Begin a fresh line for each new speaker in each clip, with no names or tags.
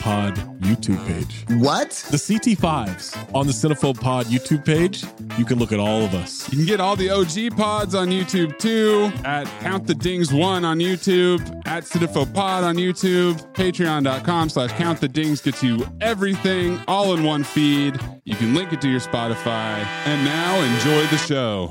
Pod YouTube page.
What?
The CT5s on the Cinephobe Pod YouTube page, you can look at all of us.
You can get all the OG pods on YouTube too, at Count the Dings One on YouTube, at Cinephobe Pod on YouTube, patreon.com slash Count the Dings gets you everything all in one feed. You can link it to your Spotify. And now enjoy the show.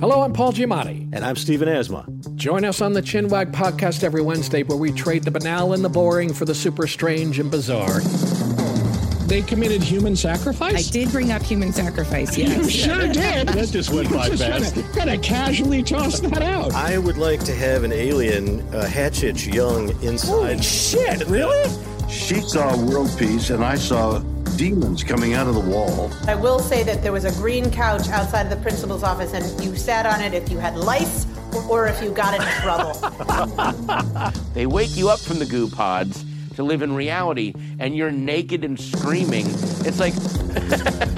Hello, I'm Paul Giamatti.
And I'm Stephen Asma.
Join us on the Chinwag Podcast every Wednesday where we trade the banal and the boring for the super strange and bizarre. They committed human sacrifice?
did bring up human sacrifice, yes.
Sure did.
That just went by fast.
Gotta casually toss that out.
I would like to have an alien, uh, Hatchet Young, inside.
Shit, really?
She saw world peace, and I saw demons coming out of the wall.
I will say that there was a green couch outside of the principal's office, and you sat on it if you had lice or if you got in trouble.
They wake you up from the goo pods to live in reality, and you're naked and screaming. It's like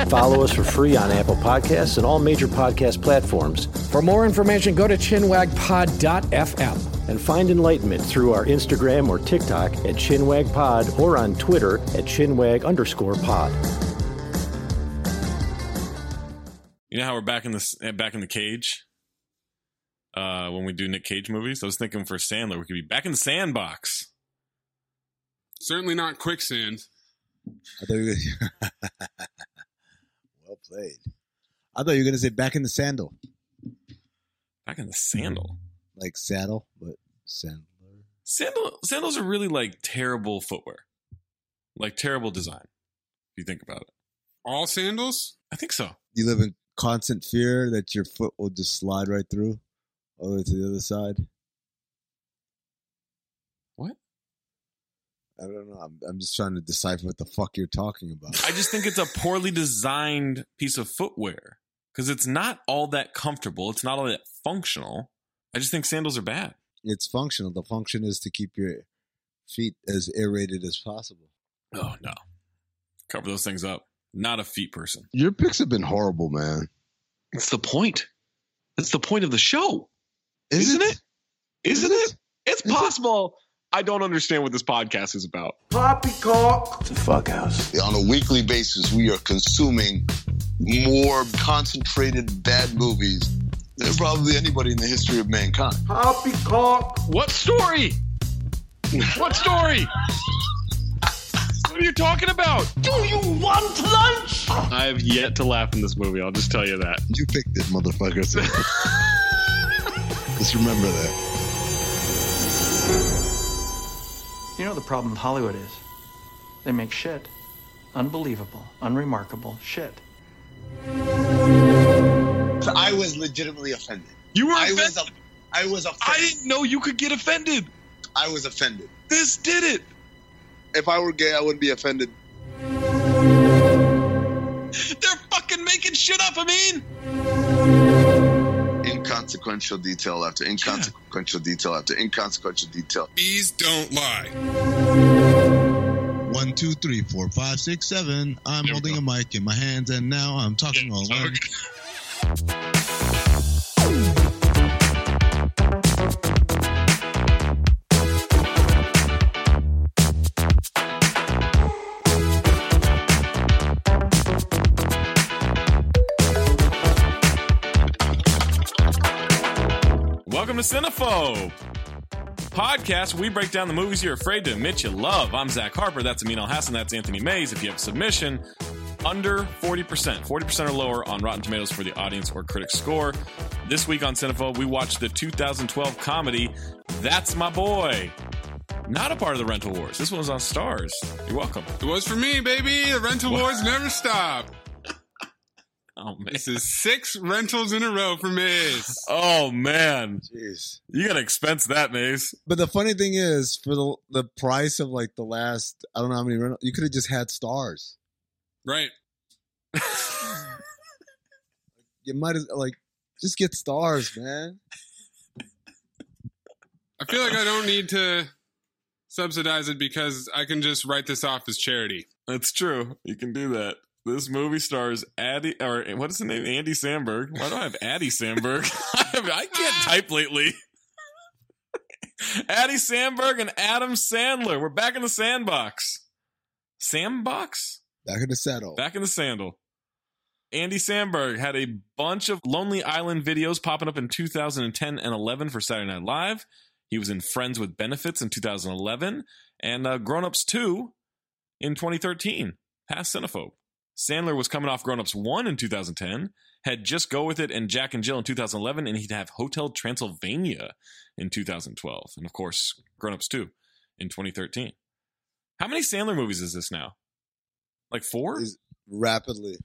Follow us for free on Apple Podcasts and all major podcast platforms.
For more information, go to chinwagpod.fm.
And find enlightenment through our Instagram or TikTok at Chinwag Pod or on Twitter at Chinwag underscore pod.
You know how we're back in the eh, back in the cage uh, when we do Nick Cage movies? I was thinking for Sandler, we could be back in the sandbox.
Certainly not quicksand.
I thought you were gonna, well played. I thought you were gonna say back in the sandal,
Back in the sandal.
like saddle, but sandler.
Sandal sandals are really like terrible footwear, like terrible design. If
you think about it.
All sandals?
I think so.
You live in constant fear that your foot will just slide right through, all the way to the other side.
What?
I don't know. I'm, I'm just trying to decipher what the fuck you're talking about.
I just think it's a poorly designed piece of footwear because it's not all that comfortable. It's not all that functional. I just think sandals are bad.
It's functional. The function is to keep your feet as aerated as possible.
Oh no, cover those things up. Not a feet person.
Your picks have been horrible, man.
That's the point. That's the point of the show. Isn't, it? Isn't it? It's possible. I don't understand what this podcast is about.
Poppycock. The fuck house. On a weekly basis, we are consuming more concentrated bad movies than probably anybody in the history of mankind.
Poppycock. What story? What story? what are you talking about?
Do you want lunch?
I have yet to laugh in this movie. I'll just tell you that.
You picked it, motherfucker. Just remember that.
You know the problem with Hollywood is? They make shit. Unbelievable, unremarkable shit.
I was legitimately offended.
You were
I was, a, I was offended. I didn't
know you could get offended.
I was offended.
This did it.
If I were gay, I wouldn't be offended.
They're fucking making shit up. I mean,
Inconsequential detail after inconsequential detail after inconsequential detail.
Bees don't lie.
One, two, three, four, five, six, seven. I'm holding a mic in my hands, and now I'm talking all over.
Welcome to Cinephobe podcast. Where we break down the movies you're afraid to admit you love. I'm Zach Harper. That's Amin Al Hassan. That's Anthony Mays. If you have a submission, under 40%, 40% or lower on Rotten Tomatoes for the audience or critic score. This week on Cinephobe, we watched the 2012 comedy That's My Boy. Not a part of the Rental Wars. This one was on Stars. You're welcome.
It was for me, baby. The rental wars never stop.
Oh man.
This is six rentals in a row for Maze.
Oh man.
Jeez.
You gotta expense that, Maze.
But the funny thing is, for the the price of like the last, I don't know how many rental, you could have just had stars.
Right.
You might as like just get stars, man.
I feel like I don't need to subsidize it because I can just write this off as charity.
That's true. You can do that. This movie stars Addy, or what is the name? Andy Samberg. Why do I have Addy Samberg? I, have- I can't type lately. Addy Samberg and Adam Sandler. We're back in the sandbox. Sandbox?
Back in the saddle.
Back in the sandal. Andy Samberg had a bunch of Lonely Island videos popping up in 2010 and 11 for Saturday Night Live. He was in Friends with Benefits in 2011 and uh, Grown Ups 2 in 2013, past Cinephobe. Sandler was coming off Grown Ups 1 in 2010, had Just Go With It and Jack and Jill in 2011, and he'd have Hotel Transylvania in 2012. And of course, Grown Ups 2 in 2013. How many Sandler movies is this now? Like four?
Rapidly.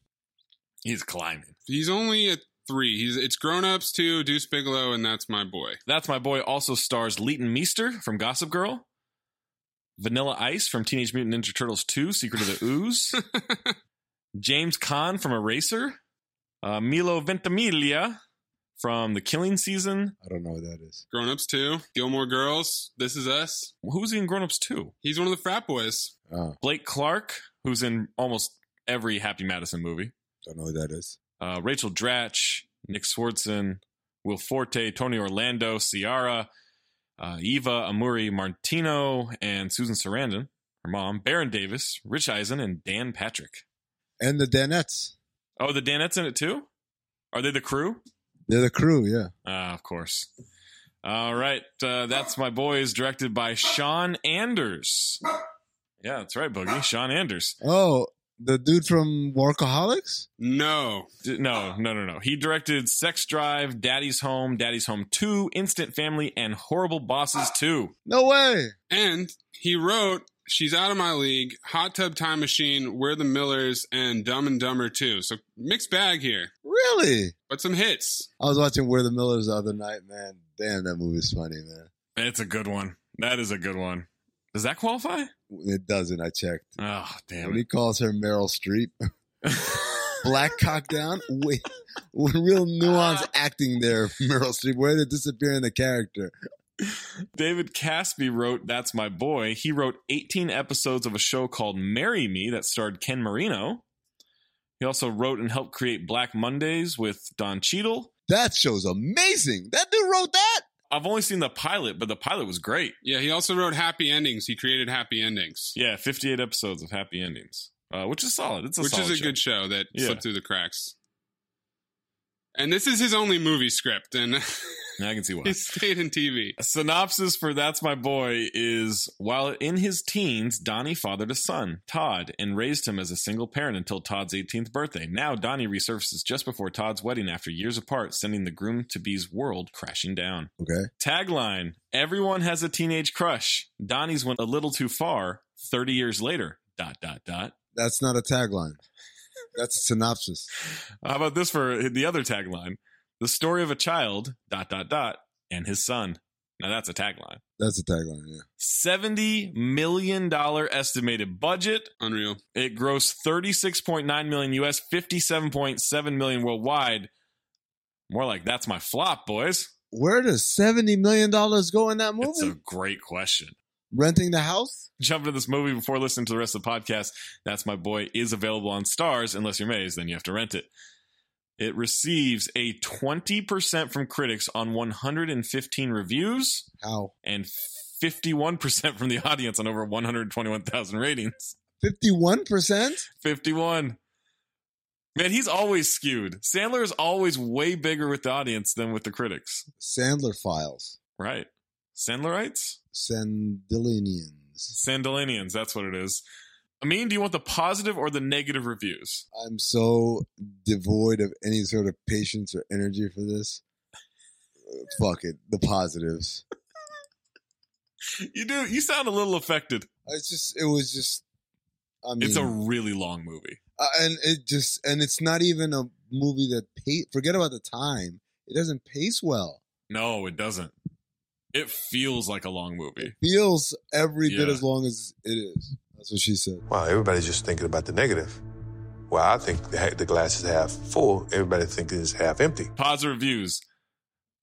He's climbing.
He's only at three. He's it's grown ups two, Deuce Bigelow, and that's my boy.
That's My Boy also stars Leighton Meester from Gossip Girl, Vanilla Ice from Teenage Mutant Ninja Turtles 2, Secret of the Ooze, James Caan from Eraser, uh, Milo Ventimiglia from The Killing Season.
I don't know what that is.
Grown ups two, Gilmore Girls, This Is Us.
Who's in Grown Ups 2?
He's one of the frat boys.
Oh,
Blake Clark, who's in almost every Happy Madison movie.
don't know what that is.
uh, Rachel Dratch, Nick Swartzen, Will Forte, Tony Orlando, Ciara, uh, Eva Amuri Martino, and Susan Sarandon, her mom, Baron Davis, Rich Eisen, and Dan Patrick.
And the Danettes.
Oh, the Danettes in it too? Are they the crew?
They're the crew, yeah.
Ah, of course. All right, uh, that's my boys, directed by Sean Anders. Yeah, that's right, Boogie. Sean Anders.
Oh, the dude from Workaholics?
No.
D- No, no, no, no. He directed Sex Drive, Daddy's Home, Daddy's Home 2, Instant Family, and Horrible Bosses 2.
No way.
And he wrote She's out of my league. Hot Tub Time Machine, We're the Millers, and Dumb and Dumber too. So mixed bag here,
Really?
but some hits.
I was watching Where the Millers the other night, man. Damn, that movie's funny, man.
It's a good one. That is a good one. Does that qualify?
It doesn't. I checked.
Oh, damn
when he
it.
calls her Meryl Streep, black cock down. Wait, real nuance
Ah.
acting there, Meryl Streep. Way to disappear in the character.
David Caspi wrote That's My Boy. He wrote 18 episodes of a show called Marry Me that starred Ken Marino. He also wrote and helped create Black Mondays with Don Cheadle.
That show's amazing. That dude wrote that.
I've only seen the pilot, but the pilot was great.
Yeah, he also wrote Happy Endings. He created Happy Endings,
Yeah, 58 episodes of Happy Endings, uh, which is solid. It's a
which
solid
is a
show.
good show that
Yeah.
slipped through the cracks. And this is his only movie script, and
I can see why.
he stayed in TV.
A synopsis for That's My Boy is While in his teens, Donnie fathered a son, Todd, and raised him as a single parent until Todd's 18th birthday. Now, Donnie resurfaces just before Todd's wedding after years apart, sending the groom to be's world crashing down.
Okay.
Tagline Everyone has a teenage crush. Donnie's went a little too far 30 years later. Dot, dot, dot.
That's not a tagline. That's a synopsis.
How about this for the other tagline? The story of a child, dot, dot, dot, and his son. Now, that's a tagline.
That's a tagline. Yeah.
$70 million estimated budget.
Unreal.
It grossed 36.9 million US, 57.7 million worldwide. More like that's my flop, boys.
Where does seventy million dollars go in that movie?
That's a great question.
Renting the house?
Jump into this movie before listening to the rest of the podcast. That's my boy is available on Stars unless you're Maze, then you have to rent it. It receives a 20% from critics on 115 reviews
How?
and 51% from the audience on over 121,000 ratings.
Fifty-one percent.
51. Man, he's always skewed. Sandler is always way bigger with the audience than with the critics.
Sandler files.
Right. Sandlerites?
Sandilinians.
Sandalinians, that's what it is. Amin, do you want the positive or the negative reviews?
I'm so devoid of any sort of patience or energy for this. Uh, Fuck it. The positives.
You do you sound a little affected.
It's just. It was just. I mean,
it's a really long movie.
uh, and it just and it's not even a movie that pay. Forget about the time. It doesn't pace well.
No, it doesn't. It feels like a long movie.
Feels every bit
Yeah.
as long as it is. That's what she said.
Well, everybody's just thinking about the negative. Well, I think the, the glass is half full. Everybody thinks it's half empty.
Positive reviews.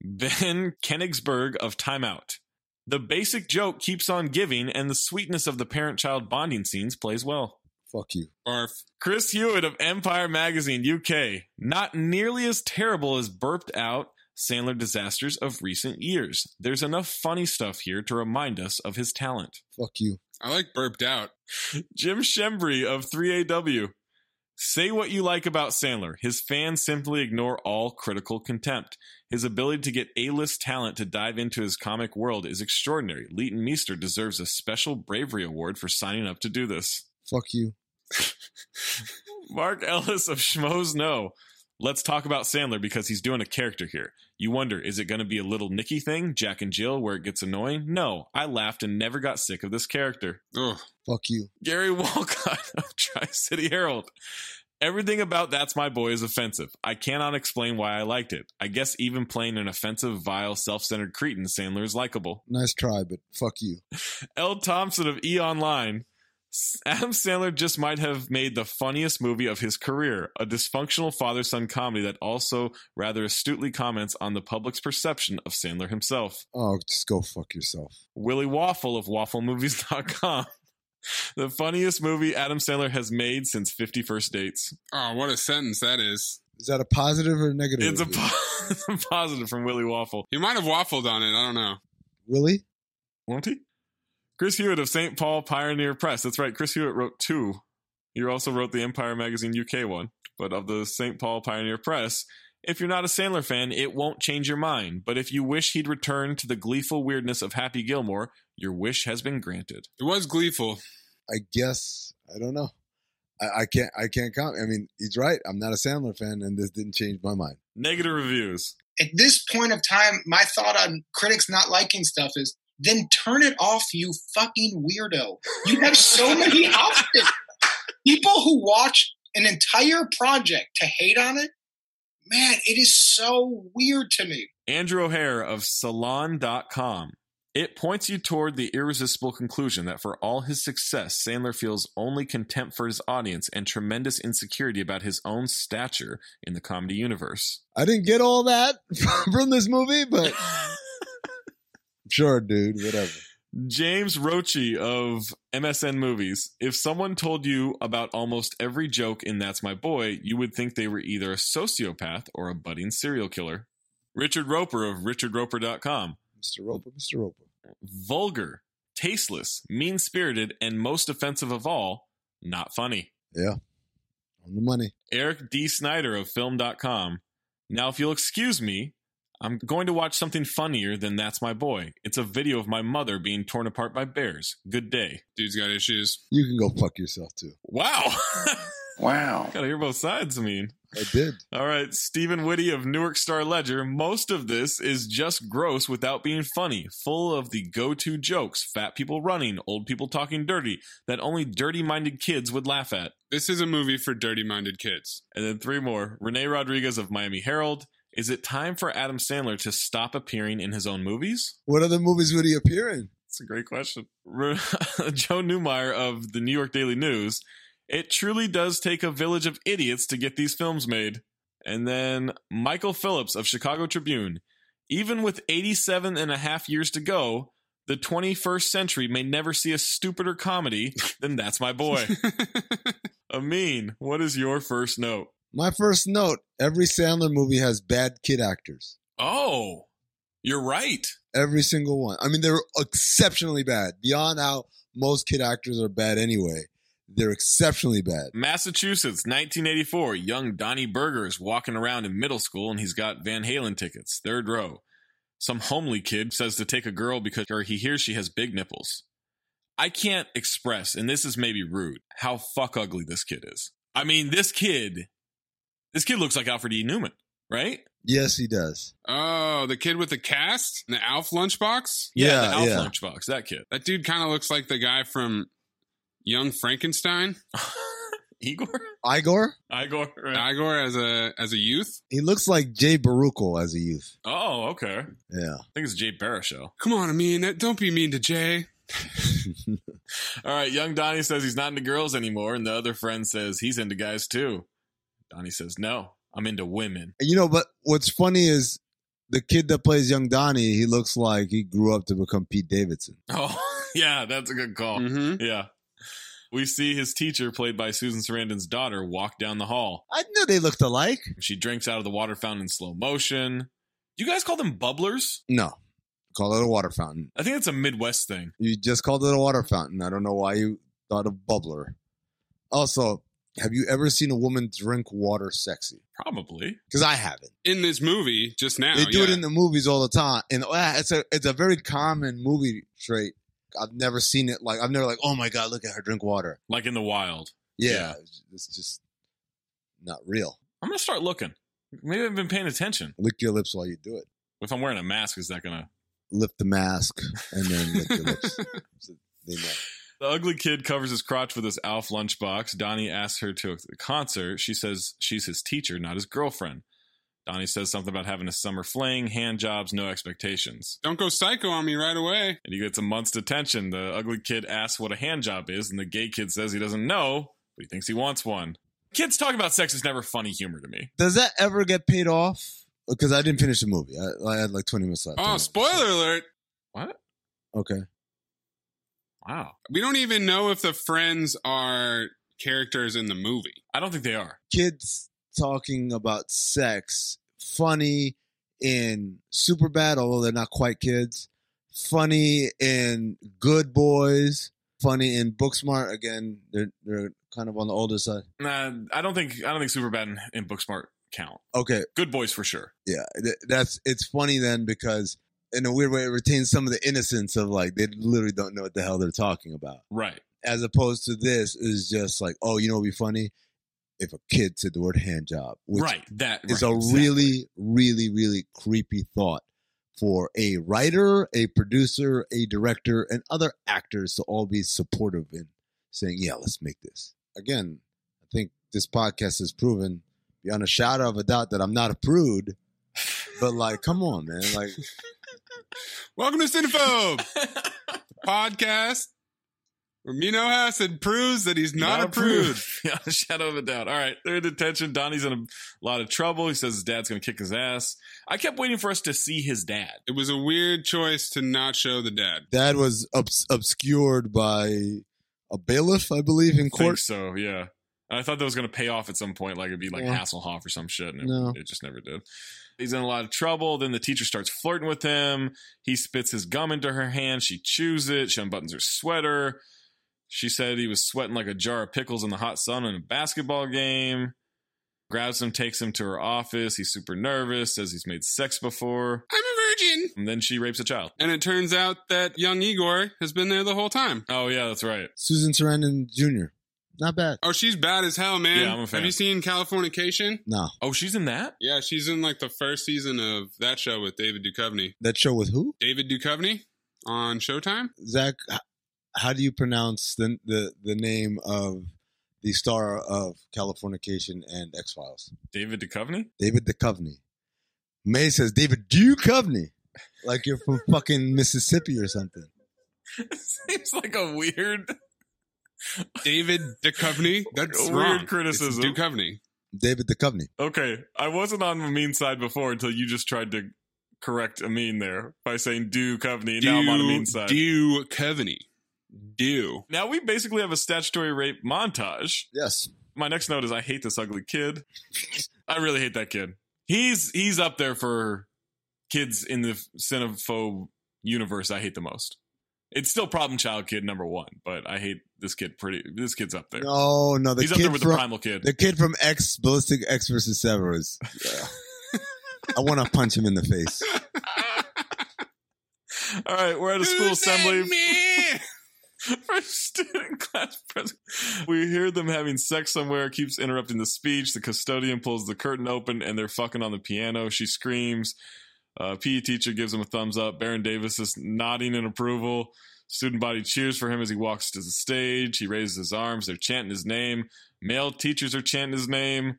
Ben Kenigsberg of Time Out. The basic joke keeps on giving, and the sweetness of the parent child bonding scenes plays well.
Fuck you.
Barf.
Chris Hewitt of Empire Magazine UK. Not nearly as terrible as burped out Sandler disasters of recent years. There's enough funny stuff here to remind us of his talent.
Fuck you.
I like burped out.
Jim Shembri of 3AW. Say what you like about Sandler. His fans simply ignore all critical contempt. His ability to get A list talent to dive into his comic world is extraordinary. Leighton Meester deserves a special bravery award for signing up to do this.
Fuck you.
Mark Ellis of Schmoes No. Let's talk about Sandler because he's doing a character here. You wonder, is it going to be a little Nicky thing, Jack and Jill, where it gets annoying? No, I laughed and never got sick of this character.
Ugh.
Fuck you.
Gary Walcott of Tri City Herald. Everything about That's My Boy is offensive. I cannot explain why I liked it. I guess even playing an offensive, vile, self centered cretin, Sandler is likable.
Nice try, but fuck you.
L. Thompson of E Online. S- Adam Sandler just might have made the funniest movie of his career, a dysfunctional father son comedy that also rather astutely comments on the public's perception of Sandler himself.
Oh, just go fuck yourself.
Willie Waffle of WaffleMovies.com. The funniest movie Adam Sandler has made since 51st Dates.
Oh, what a sentence that is.
Is that a positive or a negative?
It's a,
review?
po- it's a positive from Willie Waffle.
He might have waffled on it. I don't know.
Willie.
Won't he? Chris Hewitt of St. Paul Pioneer Press. That's right. Chris Hewitt wrote two. You also wrote the Empire Magazine UK one, but of the St. Paul Pioneer Press. If you're not a Sandler fan, it won't change your mind. But if you wish he'd return to the gleeful weirdness of Happy Gilmore, your wish has been granted.
It was gleeful.
I guess I don't know. I, I can't. I can't comment. I mean, he's right. I'm not a Sandler fan, and this didn't change my mind.
Negative reviews.
at this point of time, my thought on critics not liking stuff is
then turn it off, you fucking weirdo. You have so many options. People who watch an entire project to hate on it, man, it is so weird to me.
Andrew O'Hare of Salon.com. It points you toward the irresistible conclusion that for all his success, Sandler feels only contempt for his audience and tremendous insecurity about his own stature in the comedy universe.
I didn't get all that from this movie, but sure, dude, whatever.
James Roche of MSN Movies. If someone told you about almost every joke in That's My Boy, you would think they were either a sociopath or a budding serial killer. Richard Roper of RichardRoper.com.
Mr. Roper, Mr. Roper.
Vulgar, tasteless, mean spirited, and most offensive of all, not funny.
Yeah. On the money.
Eric D. Snyder of Film.com. Now, if you'll excuse me, I'm going to watch something funnier than That's My Boy. It's a video of my mother being torn apart by bears. Good day. Dude's got issues.
You can go fuck yourself too.
Wow.
wow.
Gotta hear both sides, I mean.
I did.
All right, Stephen Whitty of Newark Star Ledger. Most of this is just gross without being funny, full of the go to jokes fat people running, old people talking dirty that only dirty minded kids would laugh at.
This is a movie for dirty minded kids.
And then three more Renee Rodriguez of Miami Herald. Is it time for Adam Sandler to stop appearing in his own movies?
What other movies would he appear in?
That's a great question. Re- Joe Newmeyer of the New York Daily News. It truly does take a village of idiots to get these films made. And then Michael Phillips of Chicago Tribune. Even with 87 and a half years to go, the 21st century may never see a stupider comedy than That's My Boy. Amin, what is your first note?
My first note every Sandler movie has bad kid actors.
Oh, you're right.
Every single one. I mean, they're exceptionally bad, beyond how most kid actors are bad anyway. They're exceptionally bad.
Massachusetts, 1984. Young Donnie Berger is walking around in middle school and he's got Van Halen tickets, third row. Some homely kid says to take a girl because or he hears she has big nipples. I can't express, and this is maybe rude, how fuck ugly this kid is. I mean, this kid, this kid looks like Alfred E. Newman, right?
Yes, he does.
Oh, the kid with the cast? The Alf lunchbox?
Yeah,
the Alf
yeah.
lunchbox, that kid.
That dude kind of looks like the guy from Young Frankenstein.
Igor?
Igor?
Igor, right?
Igor as a as a youth.
He looks like Jay Baruchel as a youth.
Oh, okay. I
Yeah.
think it's Jay Baruchel.
Come on, I mean, don't be mean to Jay.
All right, young Donnie says he's not into girls anymore, and the other friend says he's into guys too. Donnie says, No, I'm into women.
And you know, but what's funny is the kid that plays young Donnie, he looks like he grew up to become Pete Davidson.
Oh, yeah, that's a good call.
Mhm.
Yeah. We see his teacher, played by Susan Sarandon's daughter, walk down the hall.
I knew they looked alike.
She drinks out of the water fountain in slow motion. You guys call them bubblers?
No. Call it a water fountain.
I think it's a Midwest thing.
You just called it a water fountain. I don't know why you thought of bubbler. Also, have you ever seen a woman drink water sexy?
Probably.
Because I haven't.
In this movie, just now.
they do it
Oh, yeah.
in the movies all the time, and uh, it's a it's a very common movie trait. I've never seen it like I've never like oh my god look at her drink water.
Like in the wild.
Yeah,
Yeah.
it's just not real.
I'm going to start looking. Maybe I've been paying attention.
Lick your lips while you do it.
If I'm wearing a mask, is that going to.
Lift the mask and then lick your lips. So they know.
The ugly kid covers his crotch with his Alf lunchbox. Donnie asks her to a concert. She says she's his teacher, not his girlfriend. Donnie says something about having a summer fling, hand jobs, no expectations.
Don't go psycho on me right away.
And he gets a month's detention. The ugly kid asks what a hand job is, and the gay kid says he doesn't know, but he thinks he wants one. Kids talking about sex is never funny humor to me.
Does that ever get paid off? Because I didn't finish the movie. I, I had like twenty minutes left.
Oh, spoiler alert.
What?
okay.
Wow.
We don't even know if the friends are characters in the movie.
I don't think they are.
kids talking about sex funny in super bad although they're not quite kids funny in good boys funny in booksmart again they're they're kind of on the older side
Nah, I don't think I don't think Superbad and, and Booksmart count.
okay
Good boys for sure.
yeah th- that's it's funny then because in a weird way it retains some of the innocence of like they literally don't know what the hell they're talking about
Right.
as opposed to this is just like oh you know what'd be funny if a kid said the word hand job which
right. That
It's
right,
a
exactly.
really, really, really creepy thought. for a writer, a producer, a director, and other actors to all be supportive in saying, yeah, let's make this. Again, I think this podcast has proven beyond a shadow of a doubt that I'm not a prude, but like, come on, man. Like,
Welcome to Cinephobe, the podcast where Mino Hassan proves that he's not,
Not
a prude.
Yeah, shadow of a doubt. All right, they're in detention. Donnie's in a lot of trouble. He says his dad's going to kick his ass. I kept waiting for us to see his dad.
It was a weird choice to not show the dad.
that was obs- obscured by a bailiff, I believe, in
I
court.
think so, yeah. And I thought that was going to pay off at some point. Like it'd be like
Yeah.
Hasselhoff or some shit. And it,
No.
it just never did. He's in a lot of trouble. Then the teacher starts flirting with him. He spits his gum into her hand. She chews it. She unbuttons her sweater. She said he was sweating like a jar of pickles in the hot sun in a basketball game. Grabs him, takes him to her office. He's super nervous, says he's made sex before.
I'm a virgin.
And then she rapes a child.
And it turns out that young Igor has been there the whole time.
Oh, yeah, that's right.
Susan Sarandon Jr. Not bad.
Oh, she's bad as hell, man.
Yeah, I'm a fan.
Have you seen Californication?
No.
Oh, she's in that?
Yeah, she's in like the first season of that show with David Duchovny.
That show with who?
David Duchovny on Showtime?
Zach, h- how do you pronounce the the, the name of the star of Californication and X Files?
David Duchovny?
David Duchovny. May says David Duchovny, like you're from fucking Mississippi or something.
Seems like a weird.
David Duchovny? That's
Weird
wrong. It's
criticism.
Duchovny.
David Duchovny.
Okay, I wasn't on Amin's side before until you just tried to correct Amin there by saying do Coveney. now I'm on Amin's side.
Do Duchovny. Do.
Now we basically have a statutory rape montage.
Yes.
My next note is I hate this ugly kid. I really hate that kid. He's he's up there for kids in the cinephobe universe I hate the most. It's still problem child kid number one, but I hate this kid pretty this kid's up there.
No, no, the
He's
kid
up there with
from
the primal kid.
the kid from X Ballistic X versus Severus. Yeah. I want to punch him in the face.
All right, we're at a school assembly.
Me?
for student class president. We hear them having sex somewhere, keeps interrupting the speech. The custodian pulls the curtain open and they're fucking on the piano. She screams. Uh, PE teacher gives him a thumbs up. Baron Davis is nodding in approval. Student body cheers for him as he walks to the stage. He raises his arms. They're chanting his name. Male teachers are chanting his name.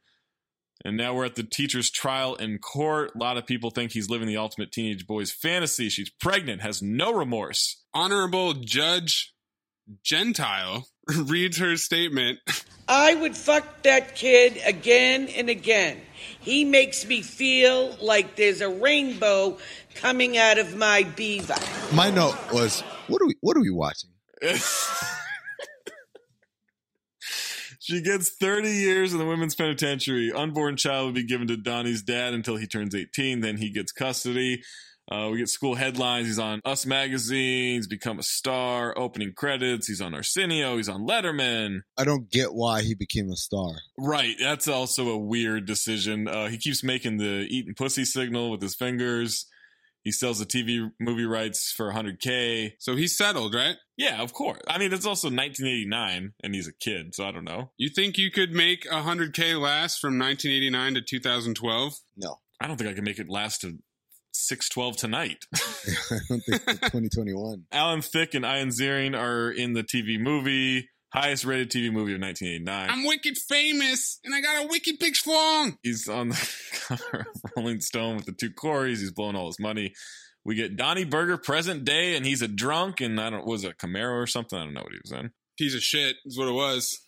And now we're at the teacher's trial in court. A lot of people think he's living the ultimate teenage boy's fantasy. She's pregnant, has no remorse.
Honorable Judge Gentile reads her statement.
I would fuck that kid again and again. He makes me feel like there's a rainbow coming out of my beaver.
My note was, what are we what are we watching?
She gets 30 years in the women's penitentiary. Unborn child will be given to Donnie's dad until he turns 18. Then he gets custody. Uh, we get school headlines. He's on Us Magazine. He's become a star. Opening credits. He's on Arsenio. He's on Letterman.
I don't get why he became a star.
Right. That's also a weird decision. Uh, he keeps making the eating pussy signal with his fingers. He sells the TV movie rights for 100K.
So he's settled, right?
Yeah, of course. I mean, it's also 1989 and he's a kid, so I don't know.
You think you could make 100K last from 1989 to 2012?
No.
I don't think I can make it last to 612 tonight.
I don't think it's 2021.
Alan Thicke and Ian Ziering are in the TV movie, highest rated TV movie of 1989.
I'm wicked famous and I got a wicked big schlong.
He's on the cover of Rolling Stone with the two Corys. He's blowing all his money. We get Donnie Berger present day, and he's a drunk, and I don't was it a Camaro or something? I don't know what he was in.
Piece of shit is what it was.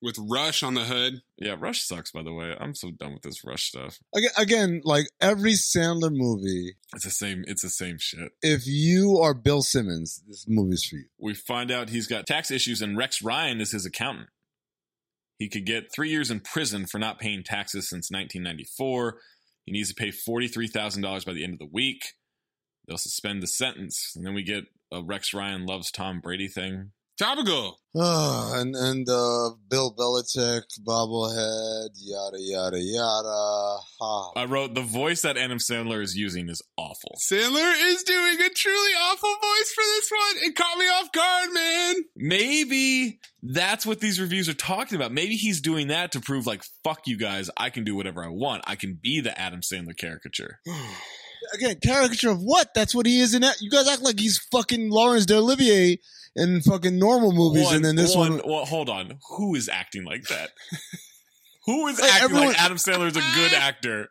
With Rush on the hood.
Yeah, Rush sucks. By the way, I'm so done with this Rush stuff.
Aga- Again, like every Sandler movie,
It's the same. It's the same shit.
if you are Bill Simmons, this movie's for you.
we find out he's got tax issues and Rex Ryan is his accountant. He could get three years in prison for not paying taxes since 1994. He needs to pay $43,000 by the end of the week. They'll suspend the sentence. And then we get a Rex Ryan loves Tom Brady thing.
Topical.
Ah, and and uh, Bill Belichick, bobblehead, yada yada yada. Ha.
I wrote the voice that Adam Sandler is using is awful.
Sandler is doing a truly awful voice for this one. It caught me off guard, man.
Maybe that's what these reviews are talking about. Maybe he's doing that to prove, like, fuck you guys, I can do whatever I want. I can be the Adam Sandler caricature.
Again, caricature of what? That's what he is in that. You guys act like he's fucking Lawrence D'Olivier in fucking normal movies, and then this one.
well, hold on. Who is acting like that? Who is
Like,
acting
everyone-
like Adam Sandler is a good actor?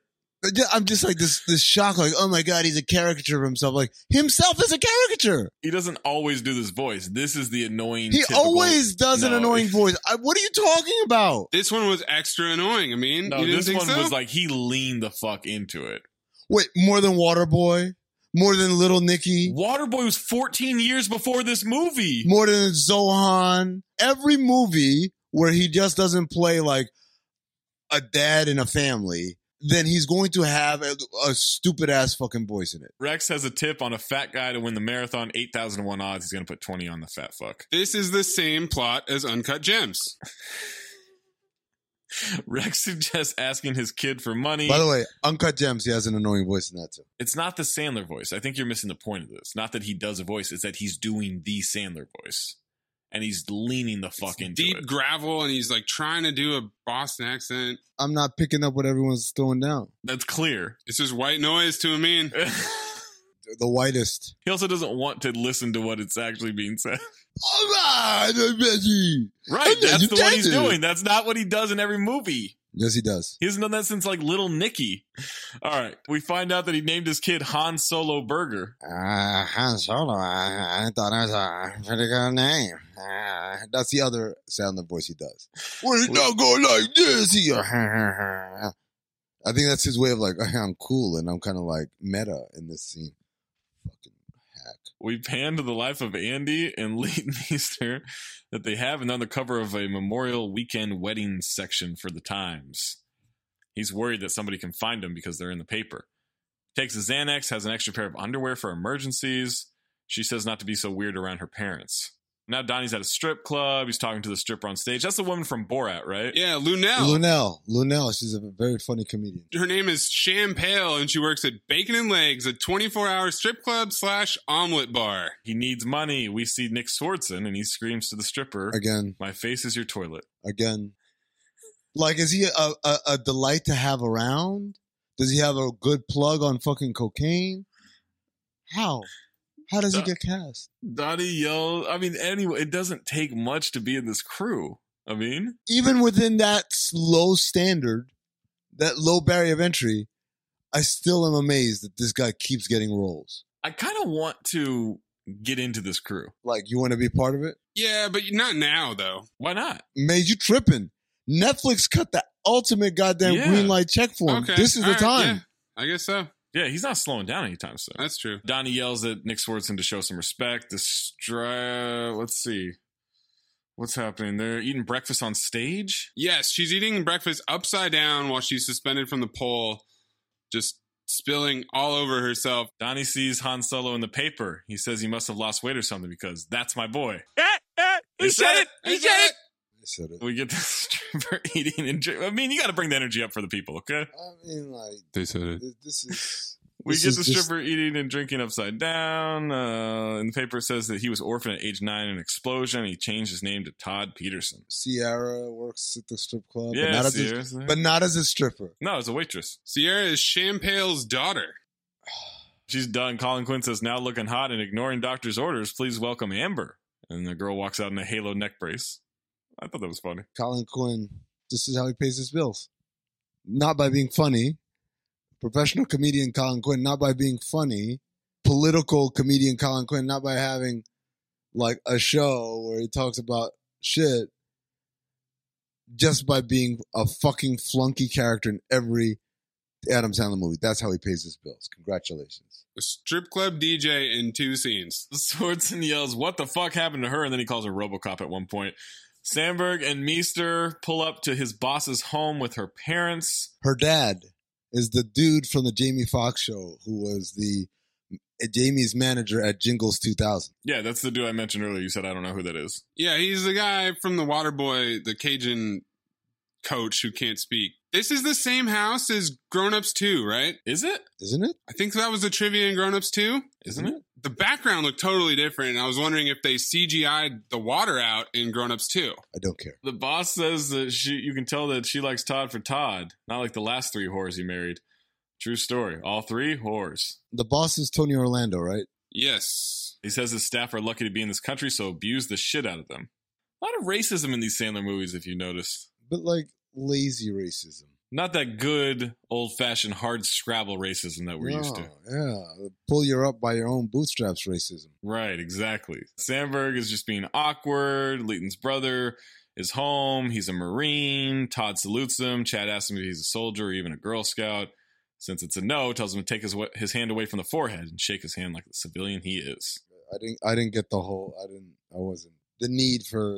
Yeah, I'm just like this this shock, like, oh my god, he's a caricature of himself. Like himself is a caricature.
He doesn't always do this voice. This is the annoying.
He
typical-
always does an
No.
annoying voice. I, what are you talking about?
This one was extra annoying. I mean,
No,
you didn't
this
think
one
so?
was like he leaned the fuck into it.
Wait, more than Waterboy, more than Little Nicky,
Waterboy was 14 years before this movie.
more than Zohan. Every movie where he just doesn't play like a dad and a family, then he's going to have a, a stupid ass fucking voice in it.
Rex has a tip on a fat guy to win the marathon, 8,001 odds. He's going to put 20 on the fat fuck.
This is the same plot as Uncut Gems.
Rex suggests asking his kid for money.
By the way, Uncut Gems, he has an annoying voice in that too.
it's not the Sandler voice. I think you're missing the point of this. Not that he does a voice, it's that he's doing the Sandler voice. And he's leaning the fuck into
Deep
it.
gravel, and he's like trying to do a Boston accent.
I'm not picking up what everyone's throwing down.
That's clear.
It's just white noise to a mean.
The whitest.
He also doesn't want to listen to what it's actually being said.
All right, Reggie.
Right.
And then
That's
you
the what he's
did it.
doing. That's not what he does in every movie.
Yes, he does.
He hasn't done that since like Little Nicky. All right. We find out that he named his kid Han Solo Burger.
Uh, Han Solo. I, I thought that was a pretty good name. Uh, that's the other sound of voice he does. Well, he's not going like this. He, I think that's his way of like, I'm cool, and I'm kind of like meta in this scene.
We pan to the life of Andy and Leighton Easter that they have and on the cover of a Memorial Weekend wedding section for the Times. He's worried that somebody can find him because they're in the paper. Takes a Xanax, has an extra pair of underwear for emergencies. She says not to be so weird around her parents. Now Donnie's at a strip club. He's talking to the stripper on stage. That's the woman from Borat, right?
Yeah, Lunel.
Lunel, Lunel, she's a very funny comedian.
Her name is Sham Pale, and she works at Bacon and Legs, a 24-hour strip club slash omelet bar.
He needs money. We see Nick Swartzen and he screams to the stripper
Again.
My face is your toilet.
Again, like, is he a, a, a delight to have around? Does he have a good plug on fucking cocaine? How? How does he get cast?
Donnie yelled. I mean, anyway, it doesn't take much to be in this crew. I mean,
even within that s- low standard, that low barrier of entry, I still am amazed that this guy keeps getting roles.
I kind of want to get into this crew.
Like, you want to be part of it?
Yeah, but not now though.
Why not?
Man, you tripping. Netflix cut the ultimate goddamn
Yeah.
green light check for him. This is the
All right,
time.
yeah. I guess so.
Yeah, he's not slowing down anytime soon.
That's true.
Donnie yells at Nick Swartzen to show some respect. The stra- let's see, what's happening? They're eating breakfast on stage.
Yes, she's eating breakfast upside down while she's suspended from the pole, just spilling all over herself.
Donnie sees Han Solo in the paper. He says he must have lost weight or something because that's my boy.
He said it. He said it.
We get the stripper eating and drink. I mean, you got to bring the energy up for the people, okay?
I mean, like,
They said it.
th- this is.
We
this
get
is
the
just-
stripper eating and drinking upside down. Uh, and the paper says that he was orphaned at age nine in an explosion. He changed his name to Todd Peterson.
Sierra works at the strip club,
Yeah,
but, not as
Sierra's
a,
there.
but not as a stripper.
No, it's a waitress.
Sierra is Sham Pale's daughter.
She's done. Colin Quinn says, now looking hot and ignoring doctor's orders. Please welcome Amber. And the girl walks out in a halo neck brace. I thought that was funny.
Colin Quinn, this is how he pays his bills. Not by being funny. Professional comedian Colin Quinn, not by being funny. Political comedian Colin Quinn, not by having like a show where he talks about shit. Just by being a fucking flunky character in every Adam Sandler movie. That's how he pays his bills. Congratulations.
A strip club DJ in two scenes.
Swartzen yells, What the fuck happened to her? And then he calls her Robocop at one point. Sandberg and Meester pull up to his boss's home with her parents.
her dad is the dude from the Jamie Foxx show who was the Jamie's manager at Jingles 2000.
Yeah, that's the dude I mentioned earlier. You said I don't know who that is.
Yeah, he's the guy from the Waterboy, the Cajun coach who can't speak. This is the same house as Grown Ups 2, right?
Is it?
Isn't it?
I think that was the trivia in Grown Ups 2.
Isn't it?
The background looked totally different, and I was wondering if they CGI'd the water out in Grown Ups 2.
I don't care.
The boss says that she you can tell that she likes Todd for Todd, not like the last three whores he married. True story. All three whores.
The boss is Tony Orlando, right?
Yes. He says his staff are lucky to be in this country, so abuse the shit out of them. A lot of racism in these Sandler movies, if you notice.
But like lazy racism.
Not that good, old fashioned, hard scrabble racism that we're used to.
Yeah, pull your up by your own bootstraps racism.
Right, exactly. Sandberg is just being awkward. Leighton's brother is home. He's a Marine. Todd salutes him. Chad asks him if he's a soldier or even a Girl Scout. Since it's a no, tells him to take his, wa- his hand away from the forehead and shake his hand like the civilian he is.
I didn't. I didn't get the whole. I didn't. I wasn't the need for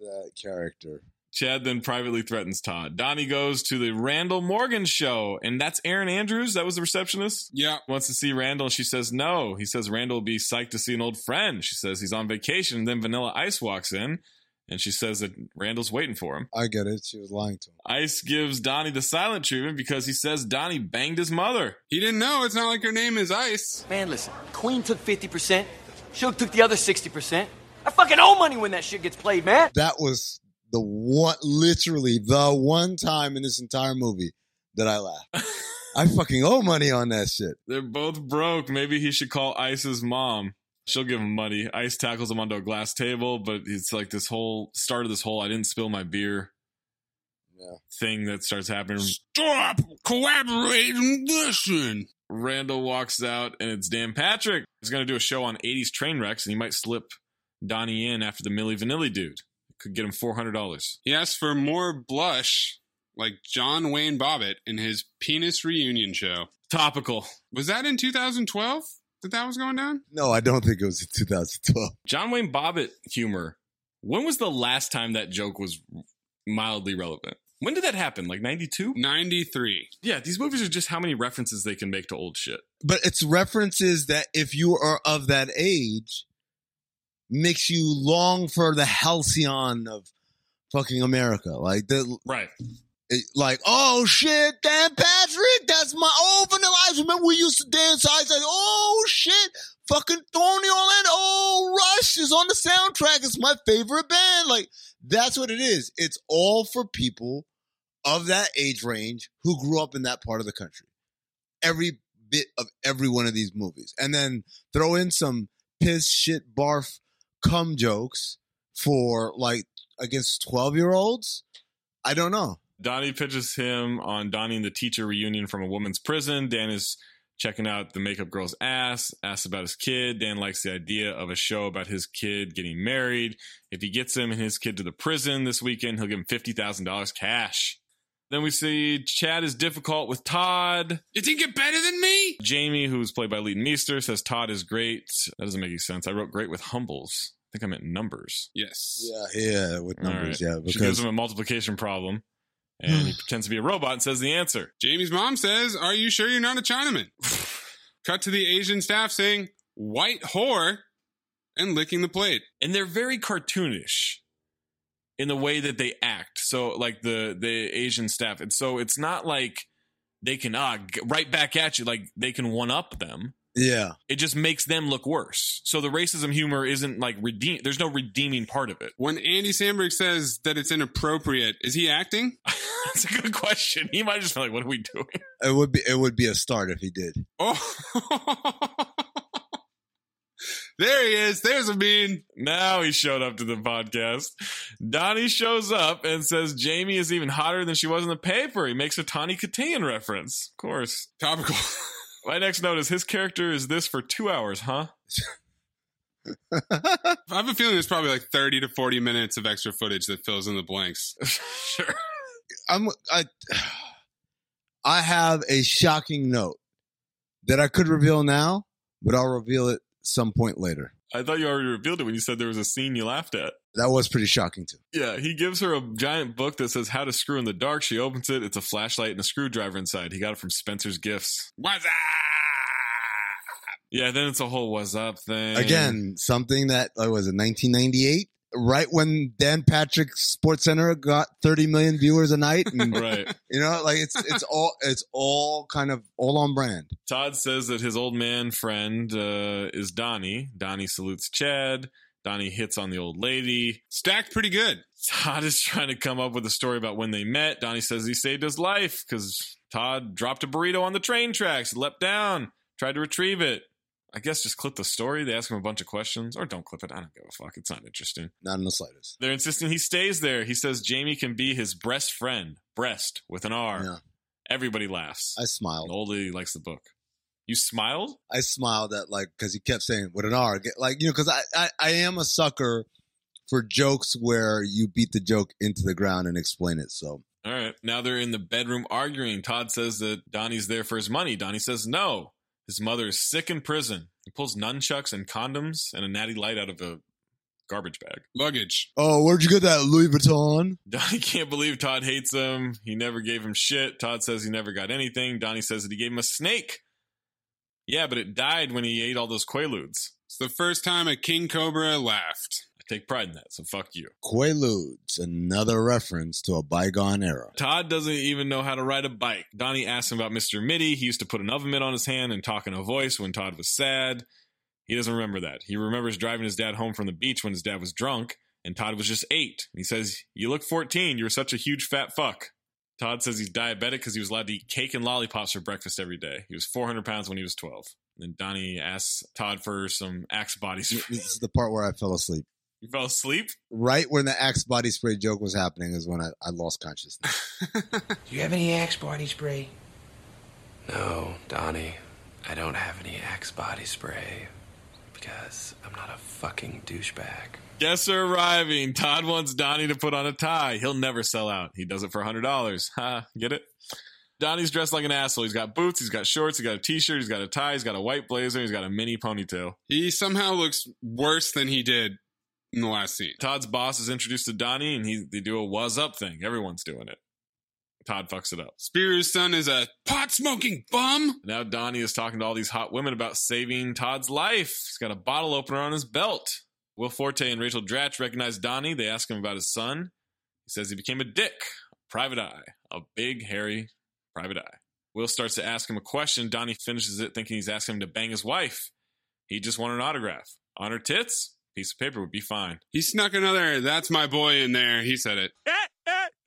that character.
Chad then privately threatens Todd. Donnie goes to the Randall Morgan show, and that's Aaron Andrews. That was the receptionist. Yeah. Wants to see Randall. She says no. He says Randall will be psyched to see an old friend. She says he's on vacation. Then Vanilla Ice walks in, and she says that Randall's waiting for him.
I get it. She was lying to him.
Ice gives Donnie the silent treatment because he says Donnie banged his mother.
He didn't know. It's not like her name is Ice.
Man, listen. Queen took 50%. Suge took the other 60%. I fucking owe money when that shit gets played, man.
That was the one, literally the one time in this entire movie that I laughed. I fucking owe money on that shit.
They're both broke. Maybe he should call Ice's mom. She'll give him money. Ice tackles him onto a glass table, but it's like this whole start of this whole I didn't spill my beer thing that starts happening.
Stop collaborating. Listen.
Randall walks out and it's Dan Patrick. He's going to do a show on 80s train wrecks and he might slip Donnie in after the Millie Vanilli dude. Could get him $400.
He asked for more blush, like John Wayne Bobbitt in his penis reunion show.
Topical.
Was that in 2012 that that was going down?
No, I don't think it was in 2012.
John Wayne Bobbitt humor. When was the last time that joke was mildly relevant? When did that happen? Like 92?
93.
Yeah, these movies are just how many references they can make to old shit.
But it's references that if you are of that age, makes you long for the halcyon of fucking America. Like the
right.
like oh shit, Dan Patrick, that's my old vanilla ice. Remember we used to dance ice like oh shit, fucking Thorny Orlando, oh Rush is on the soundtrack. It's my favorite band. Like that's what it is. It's all for people of that age range who grew up in that part of the country. Every bit of every one of these movies. And then throw in some piss, shit, barf, cum jokes for like against 12 year olds. I don't know.
Donnie pitches him on Donnie and the teacher reunion from a woman's prison. Dan is checking out the makeup girl's ass, asks about his kid. Dan likes the idea of a show about his kid getting married. If he gets him and his kid to the prison this weekend, he'll give him $50,000 cash. Then we see Chad is difficult with Todd.
It didn't get better than me?
Jamie, who's played by Leighton Meester, says Todd is great. That doesn't make any sense. I wrote great with humbles. I think I meant numbers.
Yes.
Yeah, yeah, with numbers,
All right.
yeah.
she gives
Because
him a multiplication problem, and he pretends to be a robot and says the answer.
Jamie's mom says, Are you sure you're not a Chinaman? Cut to the Asian staff saying, White whore, and licking the plate.
And they're very cartoonish in the way that they act. So, like the the Asian staff, and so it's not like they can ah g- right back at you. Like they can one up them.
yeah,
It just makes them look worse. So the racism humor isn't like redeem. There's no redeeming part of it.
When Andy Samberg says that it's inappropriate, is he acting?
That's a good question. He might just be like, "What are we doing?"
it would be it would be a start if he did.
Oh. there he is. There's a bean.
Now he showed up to the podcast. Donnie shows up and says Jamie is even hotter than she was in the paper. He makes a Tawny Katayan reference. Of course.
Topical.
My next note is his character is this for two hours, huh?
I have a feeling there's probably like 30 to 40 minutes of extra footage that fills in the blanks.
sure.
I'm I I have a shocking note that I
Mm-hmm.
could reveal now, but I'll reveal it some point later.
I thought you already revealed it when you said there was a scene you laughed at.
That was pretty shocking too.
Yeah, he gives her a giant book that says How to Screw in the Dark. She opens it. It's a flashlight and a screwdriver inside. He got it from Spencer's Gifts.
What's up?
Yeah, then it's a whole what's up thing.
Again, something that like, was it 1998, right when Dan Patrick Sports Center got 30 million viewers a night, and
Right.
you know, like it's it's all it's all kind of all on brand.
Todd says that his old man friend uh, is Donnie. Donnie salutes Chad. Donnie hits on the old lady.
Stacked pretty good.
Todd is trying to come up with a story about when they met. Donnie says he saved his life because Todd dropped a burrito on the train tracks, leapt down, tried to retrieve it. I guess just clip the story. They ask him a bunch of questions, or don't clip it. I don't give a fuck. It's not interesting.
Not in the slightest.
They're insisting he stays there. He says Jamie can be his breast friend, breast with an R.
Yeah.
Everybody laughs.
I smiled.
An old lady likes the book. You smiled?
I smiled at like because he kept saying with an R, Get- like you know, because I, I I am a sucker for jokes where you beat the joke into the ground and explain it. So
All right. Now they're in the bedroom arguing. Todd says that Donnie's there for his money. Donnie says no. His mother is sick in prison. He pulls nunchucks and condoms and a natty light out of a garbage bag. Luggage.
oh, where'd you get that Louis Vuitton?
Donnie can't believe Todd hates him. He never gave him shit. Todd says he never got anything. Donnie says that he gave him a snake. Yeah, but it died when he ate all those Quaaludes.
It's the first time a king cobra laughed.
I take pride in that, so fuck you.
Quaaludes, another reference to a bygone era.
Todd doesn't even know how to ride a bike. Donnie asks him about Mr. Mitty. He used to put an oven mitt on his hand and talk in a voice when Todd was sad. He doesn't remember that. He remembers driving his dad home from the beach when his dad was drunk, and Todd was just eight. And he says, You look 14. You're such a huge fat fuck. Todd says he's diabetic because he was allowed to eat cake and lollipops for breakfast every day. He was 400 pounds when he was 12. And then Donnie asks Todd for some axe bodies.
This is the part where I fell asleep.
you fell asleep?
Right when the axe body spray joke was happening is when I, I lost consciousness.
Do you have any axe body spray?
No, Donnie, I don't have any Axe body spray because I'm not a fucking douchebag.
Guests are arriving. Todd wants Donnie to put on a tie. He'll never sell out. He does it for $100. Ha, get it? Donnie's dressed like an asshole. He's got boots, he's got shorts, he's got a t shirt, he's got a tie, he's got a white blazer, he's got a mini ponytail.
He somehow looks worse than he did in the last scene.
Todd's boss is introduced to Donnie and he, they do a was up thing. Everyone's doing it. Todd fucks it up.
Spiru's son is a pot smoking bum.
Now Donnie is talking to all these hot women about saving Todd's life. He's got a bottle opener on his belt. Will Forte and Rachel Dratch recognize Donnie. They ask him about his son. He says he became a dick, a private eye, a big, hairy private eye. Will starts to ask him a question. Donnie finishes it thinking he's asking him to bang his wife. He just wanted an autograph. On her tits, piece of paper would be fine.
He snuck another, that's my boy in there. He said it.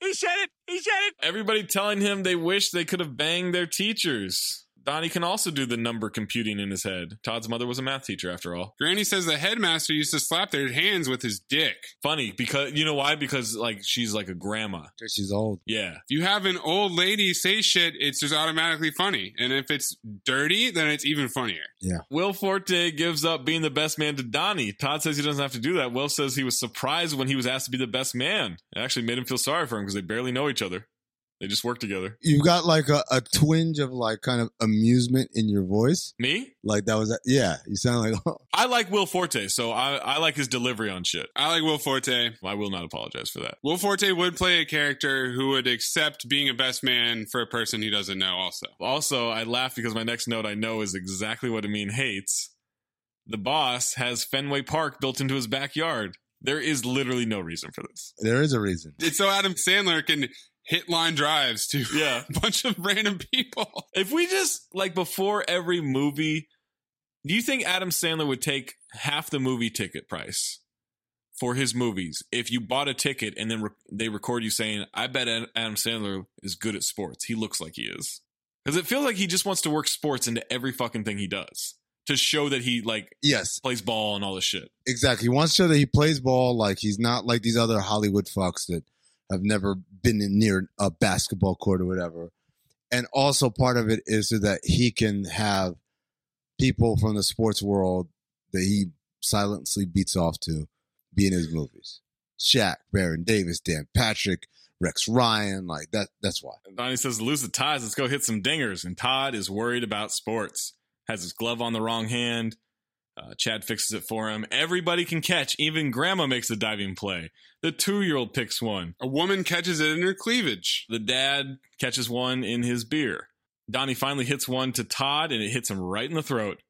He said it. He said it. Everybody telling him they wish they could have banged their teachers. Donnie can also do the number computing in his head. Todd's mother was a math teacher, after all.
Granny says the headmaster used to slap their hands with his dick.
Funny because you know why? Because like she's like a grandma.
She's old.
Yeah.
If you have an old lady say shit, it's just automatically funny. And if it's dirty, then it's even funnier.
Will Forte gives up being the best man to Donnie. Todd says he doesn't have to do that. Will says he was surprised when he was asked to be the best man. It actually made him feel sorry for him because they barely know each other. They just work together.
You've got like a, a twinge of like kind of amusement in your voice.
Me?
Like that was, yeah, you sound like, oh,
I like Will Forte, so I, I like his delivery on shit.
I like Will Forte.
I will not apologize for that.
Will Forte would play a character who would accept being a best man for a person he doesn't know, also.
Also, I laugh because my next note I know is exactly what Amin hates. The boss has Fenway Park built into his backyard. There is literally no reason for this.
there is a reason.
It's so Adam Sandler can hit line drives to
Yeah.
a bunch of random people.
If we just, like, before every movie, do you think Adam Sandler would take half the movie ticket price for his movies if you bought a ticket and then re- they record you saying, I bet Ad- Adam Sandler is good at sports? He looks like he is. Because it feels like he just wants to work sports into every fucking thing he does to show that he, like,
Yes,
plays ball and all this shit.
exactly. He wants to show that he plays ball. Like he's not like these other Hollywood fucks that have never been in near a basketball court or whatever. And also part of it is so that he can have people from the sports world that he silently beats off to be in his movies. Shaq, Baron Davis, Dan Patrick, Rex Ryan, like that. That's why.
Donnie says, lose the ties, let's go hit some dingers. And Todd is worried about sports. Has his glove on the wrong hand. Uh, Chad fixes it for him. Everybody can catch. Even grandma makes a diving play. The two year old picks one.
A woman catches it in her cleavage.
The dad catches one in his beer. Donnie finally hits one to Todd and it hits him right in the throat.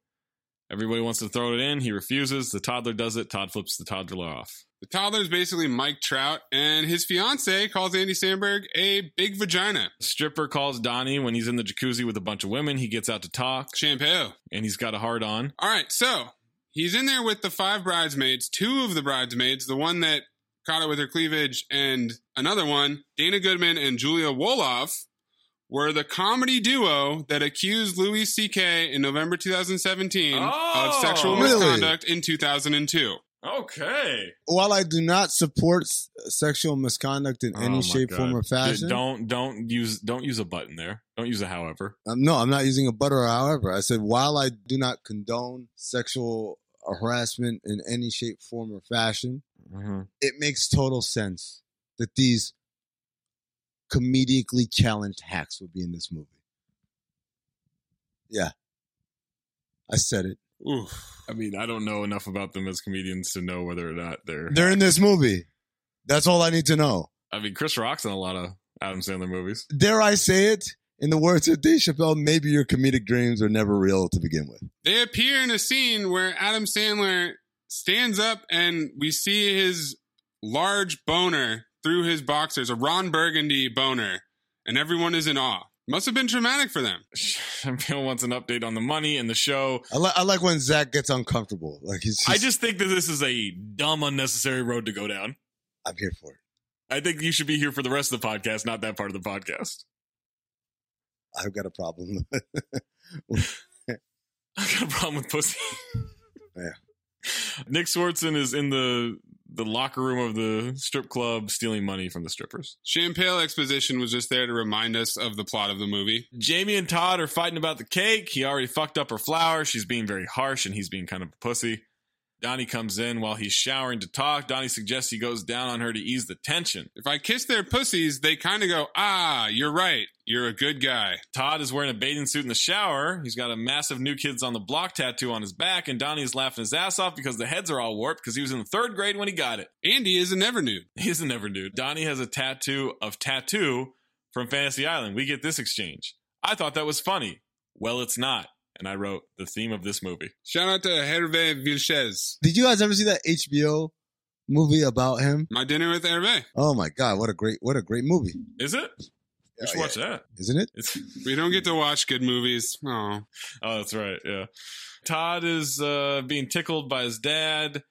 Everybody wants to throw it in. He refuses. The toddler does it. Todd flips the toddler off.
The toddler is basically Mike Trout, and his fiance calls Andy Sandberg a big vagina.
Stripper calls Donnie when he's in the jacuzzi with a bunch of women. He gets out to talk
Shampoo.
and he's got a hard on.
All right, so he's in there with the five bridesmaids, two of the bridesmaids, the one that caught it with her cleavage, and another one, Dana Goodman and Julia Wolof, were the comedy duo that accused Louis C.K. in November 2017 of
Oh.
sexual
Really?
misconduct in 2002.
Okay.
While I do not support s- sexual misconduct in any
Oh my
shape,
God.
form, or
Dude,
fashion,
Don't don't use don't use a button there. Don't use a however.
Um, no, I'm not using a butter. However, I said while I do not condone sexual harassment in any shape, form, or fashion, it makes total sense that these comedically challenged hacks would be in this movie. Yeah, I said it.
Oof. I mean, I don't know enough about them as comedians to know whether or not they're.
They're in this movie. That's all I need to know.
I mean, Chris Rock's in a lot of Adam Sandler movies.
Dare I say it? In the words of Dave Chappelle, maybe your comedic dreams are never real to begin with.
They appear in a scene where Adam Sandler stands up and we see his large boner through his boxers, a Ron Burgundy boner, and everyone is in awe. Must have been traumatic for them.
Bill wants an update on the money and the show.
I, li- I like when Zach gets uncomfortable. Like he's just,
I just think that this is a dumb, unnecessary road to go down.
I'm here for it.
I think you should be here for the rest of the podcast, not that part of the podcast.
I've got a problem.
I got a problem with pussy.
Yeah.
Nick Swartzen is in the the locker room of the strip club stealing money from the strippers.
Sham Pale Exposition was just there to remind us of the plot of the movie.
Jamie and Todd are fighting about the cake. He already fucked up her flower. She's being very harsh and he's being kind of a pussy. Donnie comes in while he's showering to talk. Donnie suggests he goes down on her to ease the tension.
If I kiss their pussies, they kind of go, ah, you're right. You're a good guy.
Todd is wearing a bathing suit in the shower. He's got a massive new kids on the block tattoo on his back, and Donnie is laughing his ass off because the heads are all warped because he was in the third grade when he got it.
Andy is a never nude.
He is a never nude. Donnie has a tattoo of tattoo from Fantasy Island. We get this exchange. I thought that was funny. Well, it's not. And I wrote the theme of this movie.
Shout out to Hervé Vilches.
Did you guys ever see that HBO movie about him?
My dinner with Hervé.
Oh my god, what a great what a great movie, Oh,
Is it? We should watch that.
isn't it?
It's,
We don't Oh, get to watch good movies. Oh.
oh, that's right. Yeah. Todd is uh, being tickled by his dad.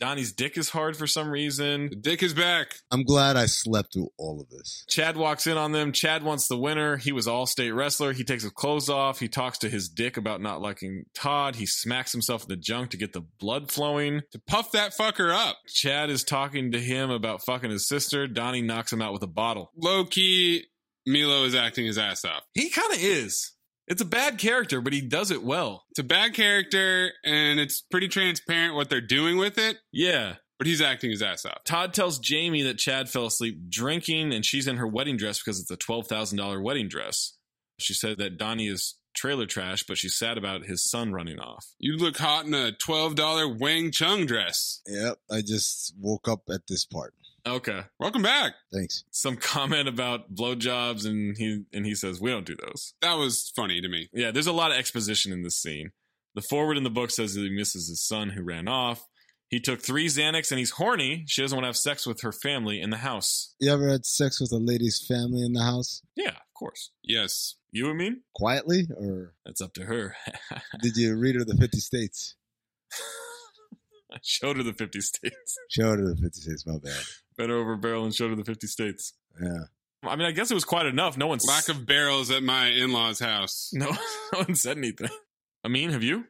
Donnie's dick is hard for some reason.
Dick is back.
I'm glad I slept through all of this.
Chad walks in on them. Chad wants the winner. He was all state wrestler. He takes his clothes off. He talks to his dick about not liking Todd. He smacks himself in the junk to get the blood flowing.
To puff that fucker up.
Chad is talking to him about fucking his sister. Donnie knocks him out with a bottle.
Low key, Milo is acting his ass off.
He kind of is. It's a bad character, but he does it well.
It's a bad character, and it's pretty transparent what they're doing with it,
Yeah.
but he's acting his ass off.
Todd tells Jamie that Chad fell asleep drinking and she's in her wedding dress because it's a $12,000 wedding dress. She said that Donnie is trailer trash, but she's sad about his son running off.
You look hot in a $12 Wang Chung dress.
Yep, I just woke up at this part.
Okay.
Welcome back.
Thanks.
Some comment about blowjobs and he and he says, We don't do those.
That was funny to me.
Yeah, there's a lot of exposition in this scene. The forward in the book says that he misses his son who ran off. He took three Xanax and he's horny. She doesn't want to have sex with her family in the house.
You ever had sex with a lady's family in the house
Yeah, of course.
Yes.
You and mean?
quietly, or
That's up to her.
did you read her the Fifty States?
I showed her the 50 states.
Showed her the Fifty States. My bad.
Better over barrel and showed her the 50 states.
Yeah.
I mean, I guess it was quite enough. No one, s-
Lack of barrels at my in law's house.
no, no one said anything. I mean, have you?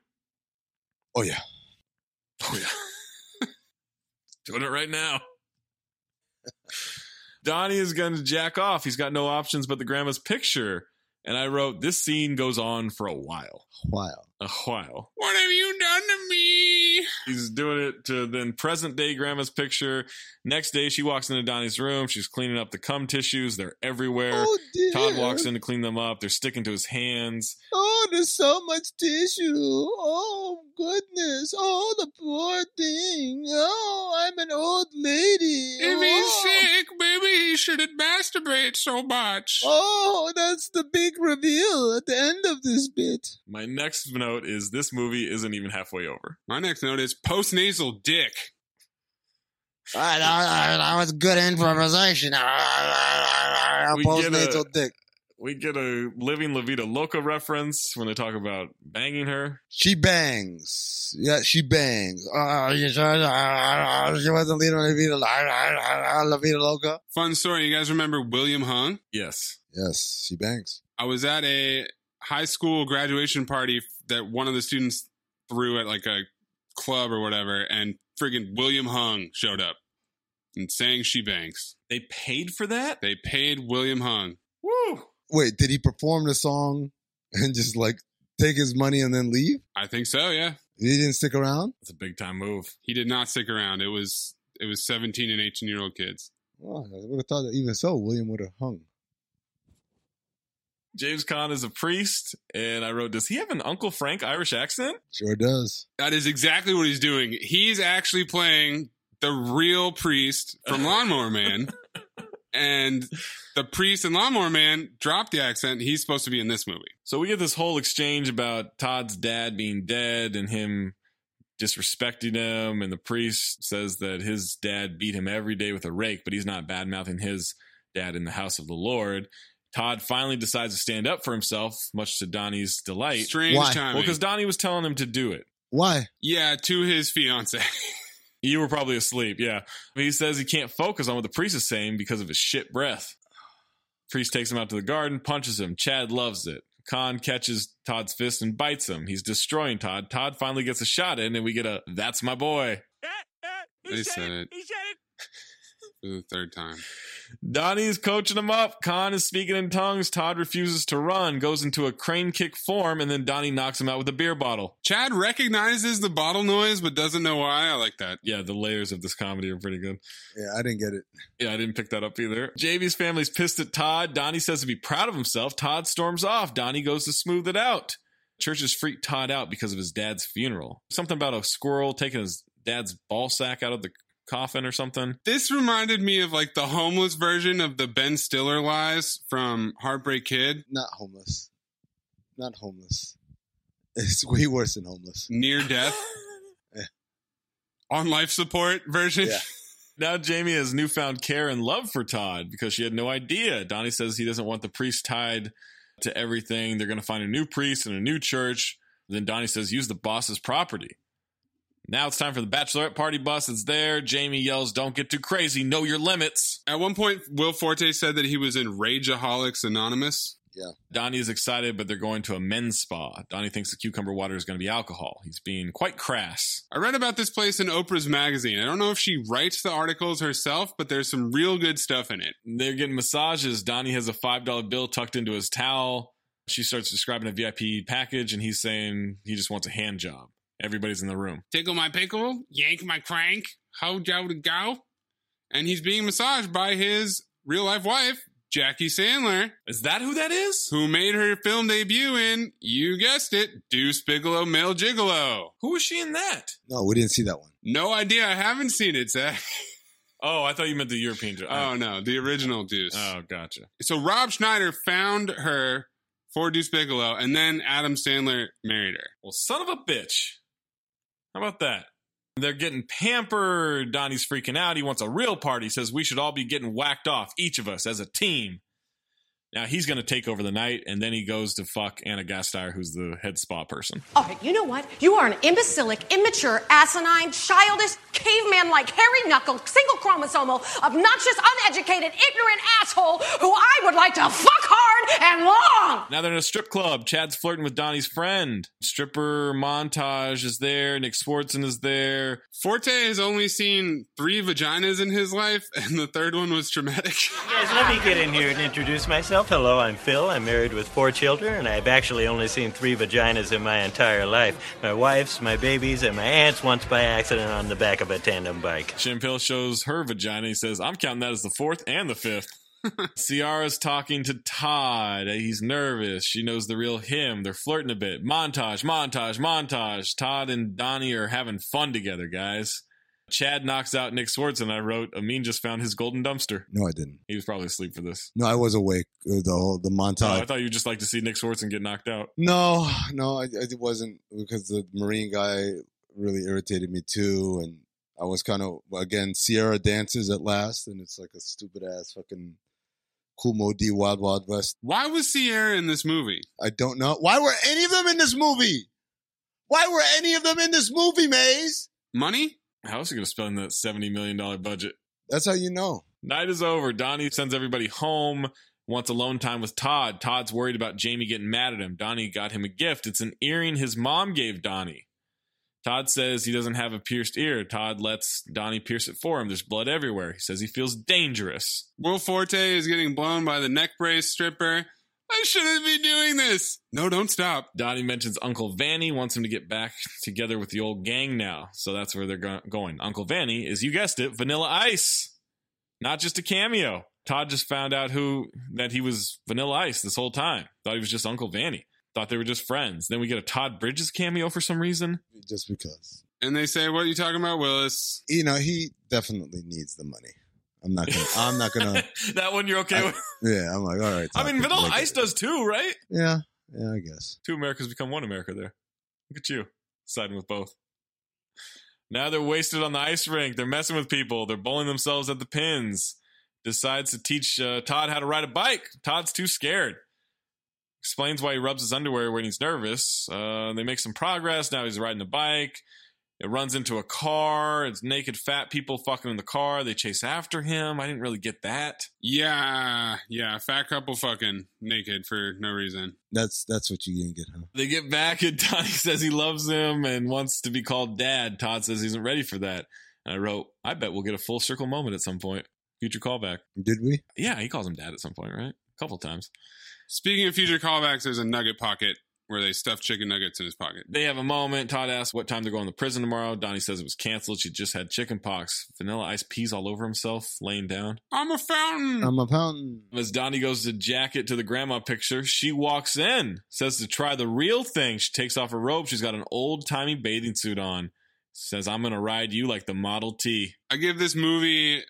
Oh yeah.
Oh yeah. Doing it right now. Donnie is going to jack off. He's got no options but the grandma's picture. And I wrote, this scene goes on for a while.
Wow.
A while.
What have you done to me?
He's doing it to then present day grandma's picture. Next day, she walks into Donnie's room. She's cleaning up the cum tissues. They're everywhere.
Oh dear.
Todd walks in to clean them up. They're sticking to his hands.
Oh, there's so much tissue. Oh, goodness. Oh, the poor thing. Oh, I'm an old lady. Oh.
If he's sick, maybe he shouldn't masturbate so much.
Oh, that's the big reveal at the end of this bit.
My next note is this movie isn't even halfway over.
My next note is post nasal dick.
I, I, I was good improvisation.
I
We
post
get a-
dick.
We get a Living La Vida Loca reference when they talk about banging her.
She bangs. Yeah, she bangs. Ah, you try- ah, ah, She was the leader of La Vida- ah, ah, ah, ah, La Vida Loca.
Fun story. You guys remember William Hung?
Yes.
Yes, she bangs.
I was at a high school graduation party that one of the students threw at like a club or whatever, and friggin' William Hung showed up and sang She Banks.
They paid for that?
They paid William Hung.
Woo!
Wait, did he perform the song and just like take his money and then leave?
I think so, yeah.
He didn't stick around?
It's a big time move.
He did not stick around. It was it was 17 and 18 year old kids.
Well, I would have thought that even so, William would have hung.
James Conn is a priest, and I wrote, Does he have an Uncle Frank Irish accent?
Sure does.
That is exactly what he's doing. He's actually playing the real priest from Lawnmower Man. and the priest in Lawnmower Man dropped the accent. He's supposed to be in this movie.
So we get this whole exchange about Todd's dad being dead and him disrespecting him, and the priest says that his dad beat him every day with a rake, but he's not bad mouthing his dad in the house of the Lord. Todd finally decides to stand up for himself, much to Donnie's delight.
Strange
Why?
timing.
Well, because Donnie was telling him to do it.
Why?
yeah, to his fiance.
You were probably asleep, yeah. He says he can't focus on what the priest is saying because of his shit breath. Priest takes him out to the garden, punches him. Chad loves it. Khan catches Todd's fist and bites him. He's destroying Todd. Todd finally gets a shot in, and we get a "That's my boy."
they said it. For the third time.
Donnie's coaching him up. Khan is speaking in tongues. Todd refuses to run, goes into a crane kick form, and then Donnie knocks him out with a beer bottle.
Chad recognizes the bottle noise but doesn't know why. I like that.
Yeah, the layers of this comedy are pretty good.
Yeah, I didn't get it.
Yeah, I didn't pick that up either. JB's family's pissed at Todd. Donnie says to be proud of himself. Todd storms off. Donnie goes to smooth it out. Churches freak Todd out because of his dad's funeral. Something about a squirrel taking his dad's ball sack out of the coffin or something.
This reminded me of like the homeless version of the Ben Stiller lies from Heartbreak Kid.
Not homeless. Not homeless. It's way worse than homeless.
Near death.
Yeah.
On life support version.
Yeah.
Now Jamie has newfound care and love for Todd because she had no idea. Donnie says he doesn't want the priest tied to everything. They're going to find a new priest and a new church. Then Donnie says, use the boss's property. Now it's time for the bachelorette party bus. It's there. Jamie yells, don't get too crazy. Know your limits.
At one point, Will Forte said that he was in Rageaholics Anonymous.
Donnie is excited, but they're going to a men's spa. Donnie thinks the cucumber water is going to be alcohol. He's being quite crass.
I read about this place in Oprah's magazine. I don't know if she writes the articles herself, but there's some real good stuff in it.
They're getting massages. Donnie has a $5 bill tucked into his towel. She starts describing a VIP package, and he's saying he just wants a hand job. Everybody's in the room.
Tickle my pickle, yank my crank, how jow to go. And he's being massaged by his real life wife, Jackie Sandler,
Is that who that is?
who made her film debut in, you guessed it, Deuce Bigelow Male Gigolo.
Who is she in that?
No, we didn't see that one.
No idea. I haven't seen it, Zach.
Oh, I thought you meant the European. jo- uh,
Oh, no. The original Deuce.
oh, gotcha.
So Rob Schneider found her for Deuce Bigelow, and then Adam Sandler married her.
Well, son of a bitch. How about that? They're getting pampered. Donnie's freaking out. He wants a real party. Says we should all be getting whacked off, each of us as a team. Now he's going to take over the night, and then he goes to fuck Anna Gasteyer, who's the head spa person.
All right, you know what? You are an imbecilic, immature, asinine, childish, caveman like, hairy knuckle, single chromosomal, obnoxious, uneducated, ignorant asshole who I would like to fuck hard and long!
Now they're in a strip club. Chad's flirting with Donnie's friend. Stripper montage is there. Nick Swartzen is there.
Forte has only seen three vaginas in his life, and the third one was traumatic.
Guys, let me get in here and introduce myself. Hello, I'm Phil. I'm married with four children, and I've actually only seen three vaginas in my entire life my wife's, my baby's, and my aunt's once by accident on the back of a tandem bike.
Champil shows her vagina. He says, I'm counting that as the fourth and the fifth. Ciara's talking to Todd. He's nervous. She knows the real him. They're flirting a bit. Montage, montage, montage. Todd and Donnie are having fun together, guys. Chad knocks out Nick Swartz, and I wrote, Amin just found his golden dumpster.
No, I didn't.
He was probably asleep for this.
No, I was awake. uh, The whole the
Oh, I
montage.
thought you'd just like to see Nick Swartz and get knocked out.
No, no, I, I wasn't because the Marine guy really irritated me too, and I was kind of again Sierra dances at last, and it's like a stupid ass fucking Kumo D Wild Wild West.
Why was Sierra in this movie?
I don't know. Why were any of them in this movie? Why were any of them in this movie, Maze?
Money? How else are you going to spend that $70 million budget?
That's how you know.
Night is over. Donnie sends everybody home, wants alone time with Todd. Todd's worried about Jamie getting mad at him. Donnie got him a gift. It's an earring his mom gave Donnie. Todd says he doesn't have a pierced ear. Todd lets Donnie pierce it for him. There's blood everywhere. He says he feels dangerous.
Will Forte is getting blown by the neck brace stripper. I shouldn't be doing this. No, don't stop.
Donnie mentions Uncle Vanny wants him to get back together with the old gang now. So that's where they're go- going. Uncle Vanny is, you guessed it, Vanilla Ice. Not just a cameo. Todd just found out who that he was Vanilla Ice this whole time. Thought he was just Uncle Vanny. Thought they were just friends. Then we get a Todd Bridges cameo for some reason.
Just because.
And they say, "What are you talking about, Willis?"
You know, he definitely needs the money. I'm not gonna I'm not gonna
that one you're okay
Uh, I-
with.
Yeah, I'm like, all right.
I mean,
Todd,
Vanilla
like-
Ice does too, right?
Yeah, yeah, I guess.
Two Americas become one America there. Look at you siding with both. Now they're wasted on the ice rink. They're messing with people. They're bowling themselves at the pins. Decides to teach uh, Todd how to ride a bike. Todd's too scared. Explains why he rubs his underwear when he's nervous. Uh, they make some progress. Now he's riding the bike. It runs into a car. It's naked fat people fucking in the car. They chase after him. I didn't really get that.
Yeah, yeah. Fat couple fucking naked for no reason.
That's that's what you didn't get, huh?
They get back, and Donnie says he loves him and wants to be called dad. Todd says he isn't ready for that. And I wrote, I bet we'll get a full circle moment at some point. Future callback.
Did we?
Yeah, he calls him dad at some point, right? A couple times.
Speaking of future callbacks, there's a nugget pocket where they stuff chicken nuggets in his pocket.
They have a moment. Todd asks what time they're going to prison tomorrow. Donnie says it was canceled. She just had chicken pox. Vanilla Ice pees all over himself, laying down.
I'm a
Hmm.
fountain.
I'm a fountain.
As Donnie goes to jacket to the grandma picture, she walks in, says to try the real thing. She takes off her robe. She's got an old timey bathing suit on. Says, I'm going to ride you like the Model T.
I give this movie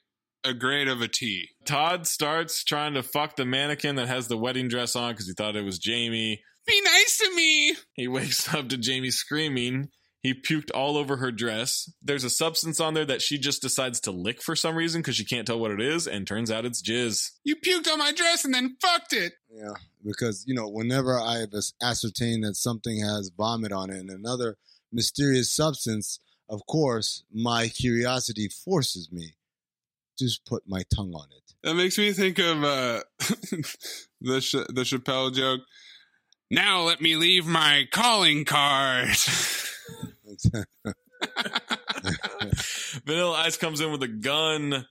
a grade of a T.
Todd starts trying to fuck the mannequin that has the wedding dress on because he thought it was Jamie.
Be nice to me.
He wakes up to Jamie screaming. He puked all over her dress. There's a substance on there that she just decides to lick for some reason because she can't tell what it is, and turns out it's jizz.
You puked on my dress and then fucked it.
Yeah, because you know, whenever I have ascertained that something has vomit on it and another mysterious substance, of course, my curiosity forces me to just put my tongue on it.
That makes me think of uh, the Ch- the Chappelle joke. Now let me leave my calling card.
Vanilla Ice comes in with a gun.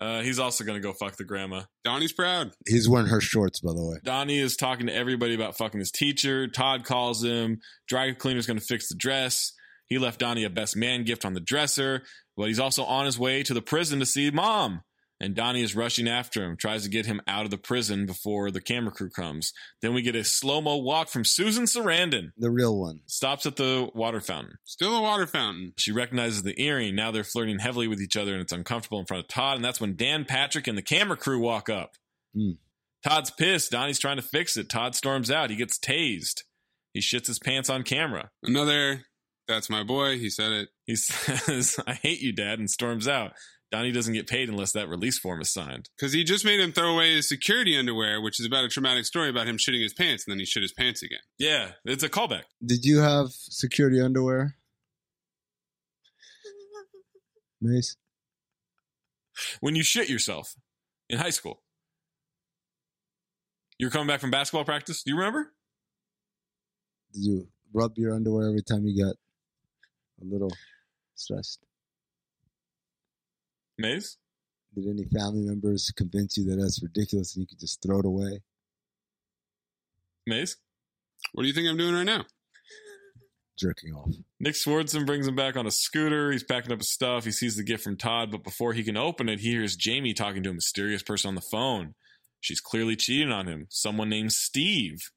Uh, he's also going to go fuck the grandma.
Donnie's proud.
He's wearing her shorts, by the way.
Donnie is talking to everybody about fucking his teacher. Todd calls him. Dry cleaner's going to fix the dress. He left Donnie a best man gift on the dresser, but he's also on his way to the prison to see mom. And Donnie is rushing after him, tries to get him out of the prison before the camera crew comes. Then we get a slow mo walk from Susan Sarandon.
The real one.
Stops at the water fountain.
Still a water fountain.
She recognizes the earring. Now they're flirting heavily with each other, and it's uncomfortable in front of Todd. And that's when Dan Patrick and the camera crew walk up.
Hmm.
Todd's pissed. Donnie's trying to fix it. Todd storms out. He gets tased. He shits his pants on camera.
Another. That's my boy. He said it.
He says, I hate you, Dad, and storms out. Donnie doesn't get paid unless that release form is signed.
Because he just made him throw away his security underwear, which is about a traumatic story about him shitting his pants, and then he shit his pants again.
Yeah, it's a callback.
Did you have security underwear? Mace?
When you shit yourself in high school, you were coming back from basketball practice. Do you remember?
Did you rub your underwear every time you got a little stressed?
Maze?
Did any family members convince you that that's ridiculous and you could just throw it away?
Maze?
What do you think I'm doing right now?
Jerking off.
Nick Swardson brings him back on a scooter. He's packing up his stuff. He sees the gift from Todd, but before he can open it, he hears Jamie talking to a mysterious person on the phone. She's clearly cheating on him, someone named Steve.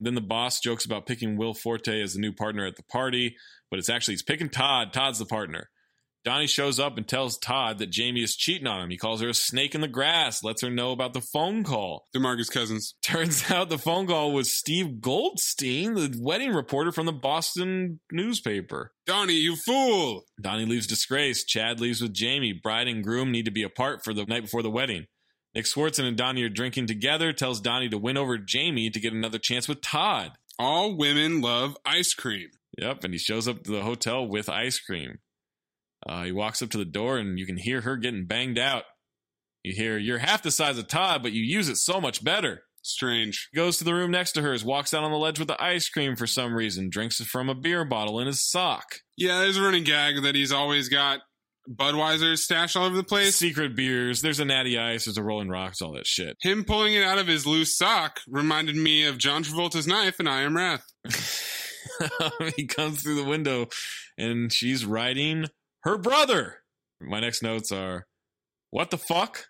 Then the boss jokes about picking Will Forte as the new partner at the party, but it's actually he's picking Todd. Todd's the partner. Donnie shows up and tells Todd that Jamie is cheating on him. He calls her a snake in the grass, lets her know about the phone call.
DeMarcus Cousins.
Turns out the phone call was Steve Goldstein, the wedding reporter from the Boston newspaper.
Donnie, you fool!
Donnie leaves disgraced. Chad leaves with Jamie. Bride and groom need to be apart for the night before the wedding. Nick Swartzen and Donnie are drinking together, tells Donnie to win over Jamie to get another chance with Todd.
All women love ice cream.
Yep, and he shows up to the hotel with ice cream. Uh, he walks up to the door, and you can hear her getting banged out. You hear, You're half the size of Todd, but you use it so much better.
Strange.
Goes to the room next to hers, walks out on the ledge with the ice cream for some reason, drinks it from a beer bottle in his sock.
Yeah, there's a running gag that he's always got Budweiser stashed all over the place.
Secret beers, there's a natty ice, there's a rolling rocks, all that shit.
Him pulling it out of his loose sock reminded me of John Travolta's knife and I Am Wrath.
Um, he comes through the window and she's riding her brother. My next notes are What the fuck?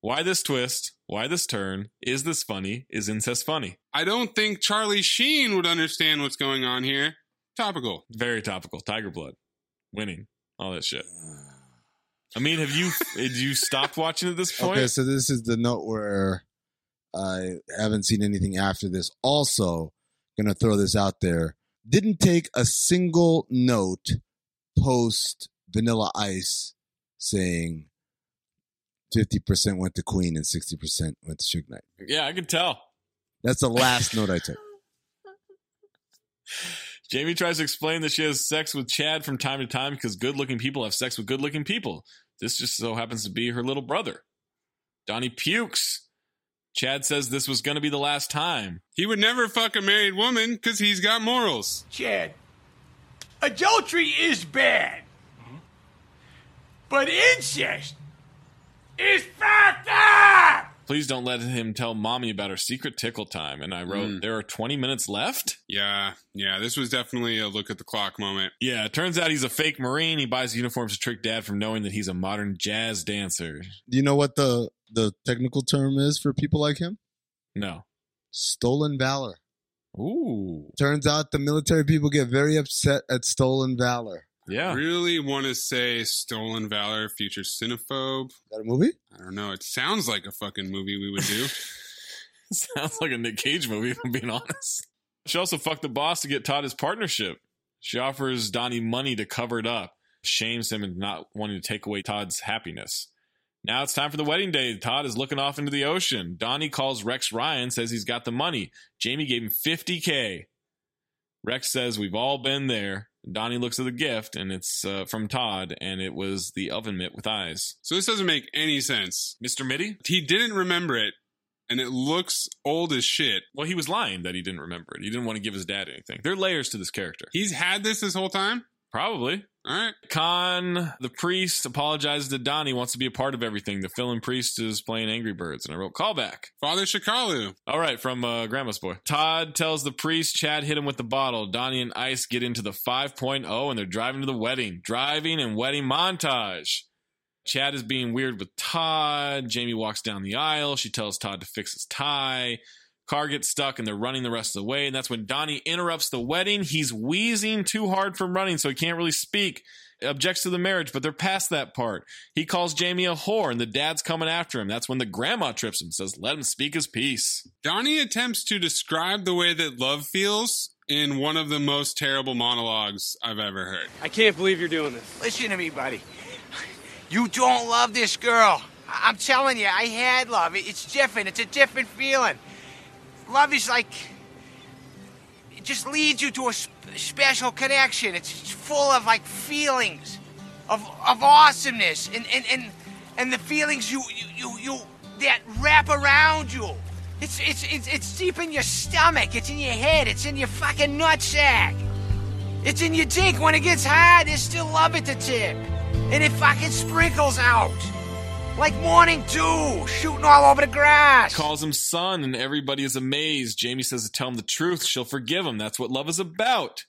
Why this twist? Why this turn? Is this funny? Is incest funny?
I don't think Charlie Sheen would understand what's going on here. Topical.
Very topical. Tiger blood. Winning. All that shit. I mean, have you did you stopped watching at this point?
Okay, so this is the note where I haven't seen anything after this. Also, gonna throw this out there. Didn't take a single note post Vanilla Ice saying fifty percent went to Queen and sixty percent went to Suge Knight.
Yeah, I could tell.
That's the last note I took.
Jamie tries to explain that she has sex with Chad from time to time because good looking people have sex with good looking people. This just so happens to be her little brother. Donnie pukes. Chad says this was going to be the last time.
He would never fuck a married woman because he's got morals.
Chad, adultery is bad, but incest is fucked up!
Please don't let him tell mommy about her secret tickle time. And I wrote, there are 20 minutes left?
Yeah, yeah, this was definitely a look at the clock moment.
Yeah, it turns out he's a fake Marine. He buys uniforms to trick dad from knowing that he's a modern jazz dancer.
Do you know what the the technical term is for people like him?
No.
Stolen valor.
Ooh.
Turns out the military people get very upset at stolen valor.
Yeah.
Really want to say Stolen Valor, Future Cinephobe. Is
that a movie?
I don't know. It sounds like a fucking movie we would do.
Sounds like a Nick Cage movie, if I'm being honest. She also fucked the boss to get Todd his partnership. She offers Donnie money to cover it up, shames him into not wanting to take away Todd's happiness. Now it's time for the wedding day. Todd is looking off into the ocean. Donnie calls Rex Ryan, says he's got the money. Jamie gave him 50K. Rex says, We've all been there. Donnie looks at the gift, and it's uh, from Todd, and it was the oven mitt with eyes.
So this doesn't make any sense.
Mr. Mitty?
He didn't remember it, and it looks old as shit.
Well, he was lying that he didn't remember it. He didn't want to give his dad anything. There are layers to this character.
He's had this this whole time?
Probably.
All right.
Khan, the priest, apologizes to Donnie, wants to be a part of everything. The villain priest is playing Angry Birds, and I wrote callback.
Father Shikalu.
All right, from uh, Grandma's Boy. Todd tells the priest Chad hit him with the bottle. Donnie and Ice get into the 5.0, and they're driving to the wedding. Driving and wedding montage. Chad is being weird with Todd. Jamie walks down the aisle. She tells Todd to fix his tie. Car gets stuck and they're running the rest of the way. And that's when Donnie interrupts the wedding. He's wheezing too hard from running, so he can't really speak. Objects to the marriage, but they're past that part. He calls Jamie a whore, and the dad's coming after him. That's when the grandma trips him, says, Let him speak his piece.
Donnie attempts to describe the way that love feels in one of the most terrible monologues I've ever heard.
I can't believe you're doing this.
Listen to me, buddy. You don't love this girl. I- I'm telling you, I had love. It- It's different. It's a different feeling. Love is like. It just leads you to a sp- special connection. It's it's full of like feelings, of, of awesomeness, and, and, and, and the feelings you, you, you, you that wrap around you. It's, it's, it's, it's deep in your stomach, it's in your head, it's in your fucking nutsack. It's in your dick. When it gets hot, there's still love at the tip. And it fucking sprinkles out. Like morning dew, shooting all over the grass.
Calls him son, and everybody is amazed. Jamie says to tell him the truth. She'll forgive him. That's what love is about.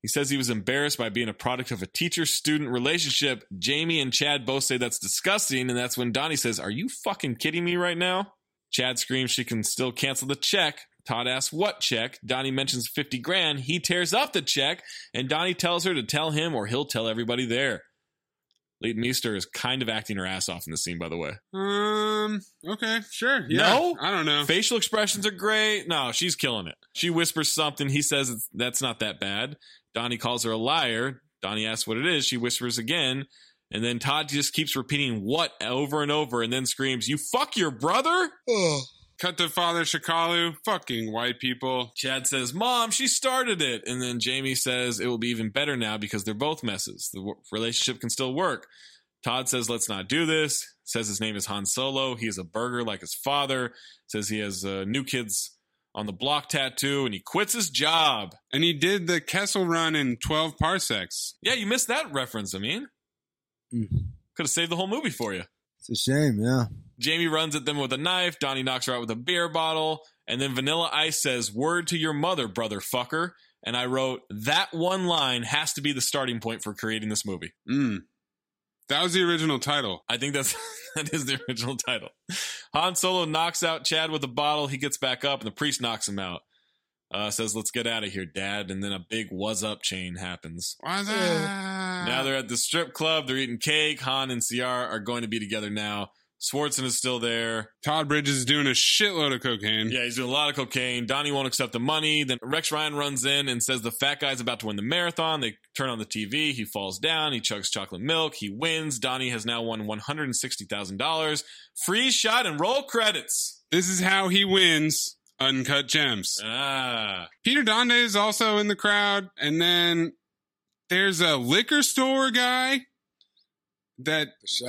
He says he was embarrassed by being a product of a teacher student relationship. Jamie and Chad both say that's disgusting, and that's when Donnie says, Are you fucking kidding me right now? Chad screams she can still cancel the check. Todd asks what check. Donnie mentions 50 grand. He tears up the check, and Donnie tells her to tell him or he'll tell everybody there. Leighton Meester is kind of acting her ass off in this scene, by the way.
Um, okay, sure. Yeah.
No?
I don't know.
Facial expressions are great. No, she's killing it. She whispers something. He says it's, that's not that bad. Donnie calls her a liar. Donnie asks what it is. She whispers again. And then Todd just keeps repeating what over and over and then screams, You fuck your brother?
Cut to Father Shikalu. Fucking white people.
Chad says, Mom, she started it. And then Jamie says, It will be even better now because they're both messes. The w- relationship can still work. Todd says, Let's not do this. Says his name is Han Solo. He is a burger like his father. Says he has uh, new kids on the block tattoo and he quits his job.
And he did the Kessel run in 12 parsecs.
Yeah, you missed that reference, I mean.
Hmm.
Could have saved the whole movie for you.
It's a shame, yeah.
Jamie runs at them with a knife. Donnie knocks her out with a beer bottle. And then Vanilla Ice says, Word to your mother, brother fucker. And I wrote, That one line has to be the starting point for creating this movie.
Mm. That was the original title.
I think that's that is the original title. Han Solo knocks out Chad with a bottle. He gets back up, and the priest knocks him out. Uh, says, "Let's get out of here, Dad." And then a big "was up" chain happens.
What's that?
Now they're at the strip club. They're eating cake. Han and Ciara are going to be together now. Swartzen is still there.
Todd Bridges is doing a shitload of cocaine.
Yeah, he's doing a lot of cocaine. Donnie won't accept the money. Then Rex Ryan runs in and says the fat guy's about to win the marathon. They turn on the TV. He falls down. He chugs chocolate milk. He wins. Donnie has now won $160,000. Free shot and roll credits.
This is how he wins Uncut Gems.
Ah.
Peter Donda is also in the crowd. And then there's a liquor store guy that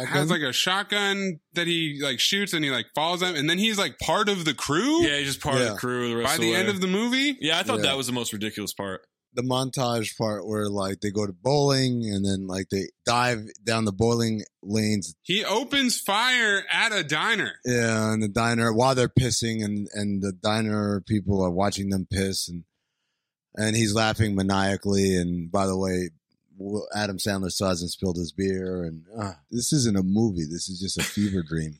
has like a shotgun that he like shoots and he like falls at and then he's like part of the crew
Yeah, he's just part of
Yeah.
the crew. The rest
by
of
the end
way.
of the movie.
Yeah, I thought
Yeah.
that was the most ridiculous part.
the montage part where like they go to bowling and then like they dive down the bowling lanes
He opens fire at a diner.
yeah and the diner while they're pissing and and the diner people are watching them piss and and he's laughing maniacally and by the way Will- Adam Sandler still hasn't spilled his beer and uh, this isn't a movie this is just a fever dream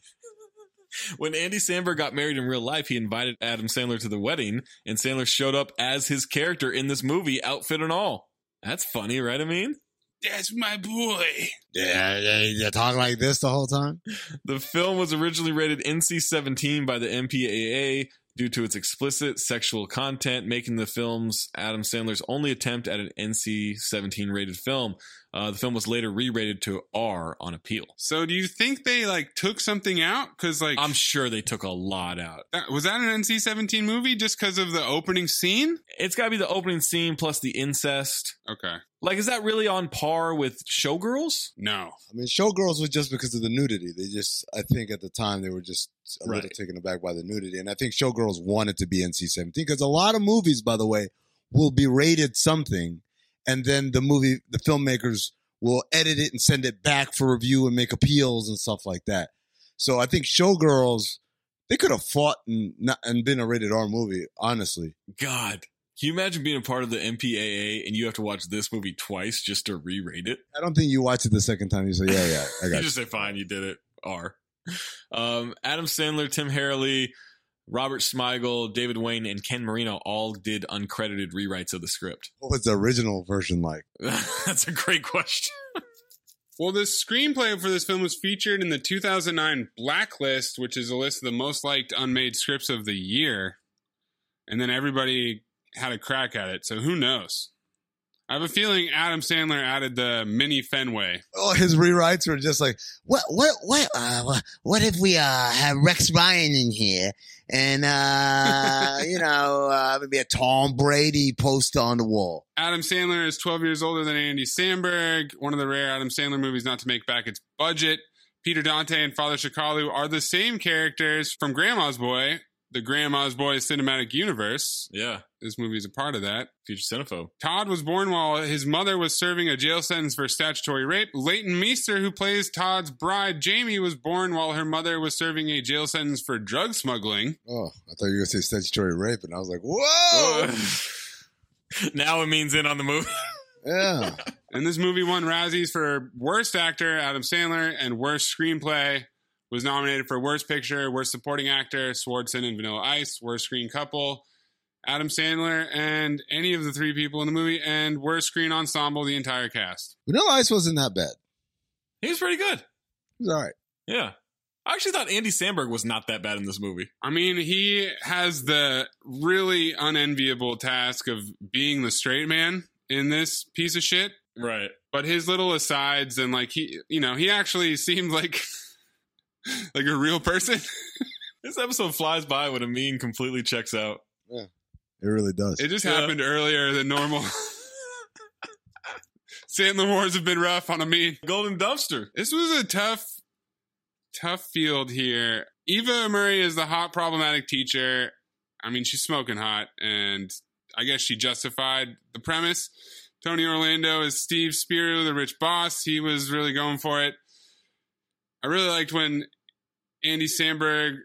When Andy Samberg got married in real life, he invited Adam Sandler to the wedding, and Sandler showed up as his character in this movie, outfit and all. That's funny, right? I mean,
That's my boy.
yeah they, they talk like this the whole time
the film was originally rated NC 17 by the MPAA due to its explicit sexual content, making the film's Adam Sandler's only attempt at an NC 17 rated film. Uh, the film was later re rated to R on appeal.
So do you think they like took something out? Because like
I'm sure they took a lot out.
that, was that an NC-17 movie just because of the opening scene?
It's got to be the opening scene plus the incest.
Okay,
Like, is that really on par with Showgirls?
no.
I mean, Showgirls was just because of the nudity. They just, I think at the time they were just a little
Right.
taken aback by the nudity. And I think Showgirls wanted to be NC 17 because a lot of movies, by the way, will be rated something. And then the movie, the filmmakers will edit it and send it back for review and make appeals and stuff like that. So I think Showgirls, they could have fought and, not, and been a rated R movie, honestly.
God, can you imagine being a part of the MPAA and you have to watch this movie twice just to re-rate it?
I don't think you watch it the second time. You say, yeah, yeah, I
You
got you.
just say, "Fine, you did it." R. Um, Adam Sandler, Tim Harley, Robert Smigel, David Wayne, and Ken Marino all did uncredited rewrites of the script.
What was the original version like?
That's a great question.
Well, the screenplay for this film was featured in the 2009 Blacklist, which is a list of the most liked unmade scripts of the year. And then everybody had a crack at it, so who knows? I have a feeling Adam Sandler added the mini Fenway.
Oh, his rewrites were just like,
What what what uh, what if we uh have Rex Ryan in here and uh you know uh, maybe a Tom Brady poster on the wall?
Adam Sandler is 12 years older than Andy Samberg, one of the rare Adam Sandler movies not to make back its budget. Peter Dante and Father Shikalu are the same characters from Grandma's Boy, the Grandma's Boy cinematic universe.
Yeah,
This movie is a part of that.
future cinephobe.
Todd was born while his mother was serving a jail sentence for statutory rape. Leighton Meester, who plays Todd's bride, Jamie, was born while her mother was serving a jail sentence for drug smuggling.
oh, I thought you were going to say statutory rape. And I was like, whoa.
now it means in on the movie.
Yeah.
And this movie won Razzies for Worst Actor, Adam Sandler, and Worst Screenplay. Was nominated for Worst Picture, Worst Supporting Actor, Swardson and Vanilla Ice, Worst Screen Couple, Adam Sandler, and any of the three people in the movie, and Worst Screen Ensemble, the entire cast.
Vanilla Ice wasn't that bad.
He was pretty good.
It was all right.
Yeah, I actually thought Andy Samberg was not that bad in this movie.
I mean, he has the really unenviable task of being the straight man in this piece of shit.
Right.
But his little asides and like he, you know, he actually seemed like like a real person.
This episode flies by when a mean completely checks out.
It really does.
It just happened earlier than normal. St. Lemoore's have been rough on a mean.
Golden Dumpster.
This was a tough, tough field here. Eva Murray is the hot, problematic teacher. I mean, she's smoking hot, and I guess she justified the premise. Tony Orlando is Steve Spiro, the rich boss. He was really going for it. I really liked when Andy Sandberg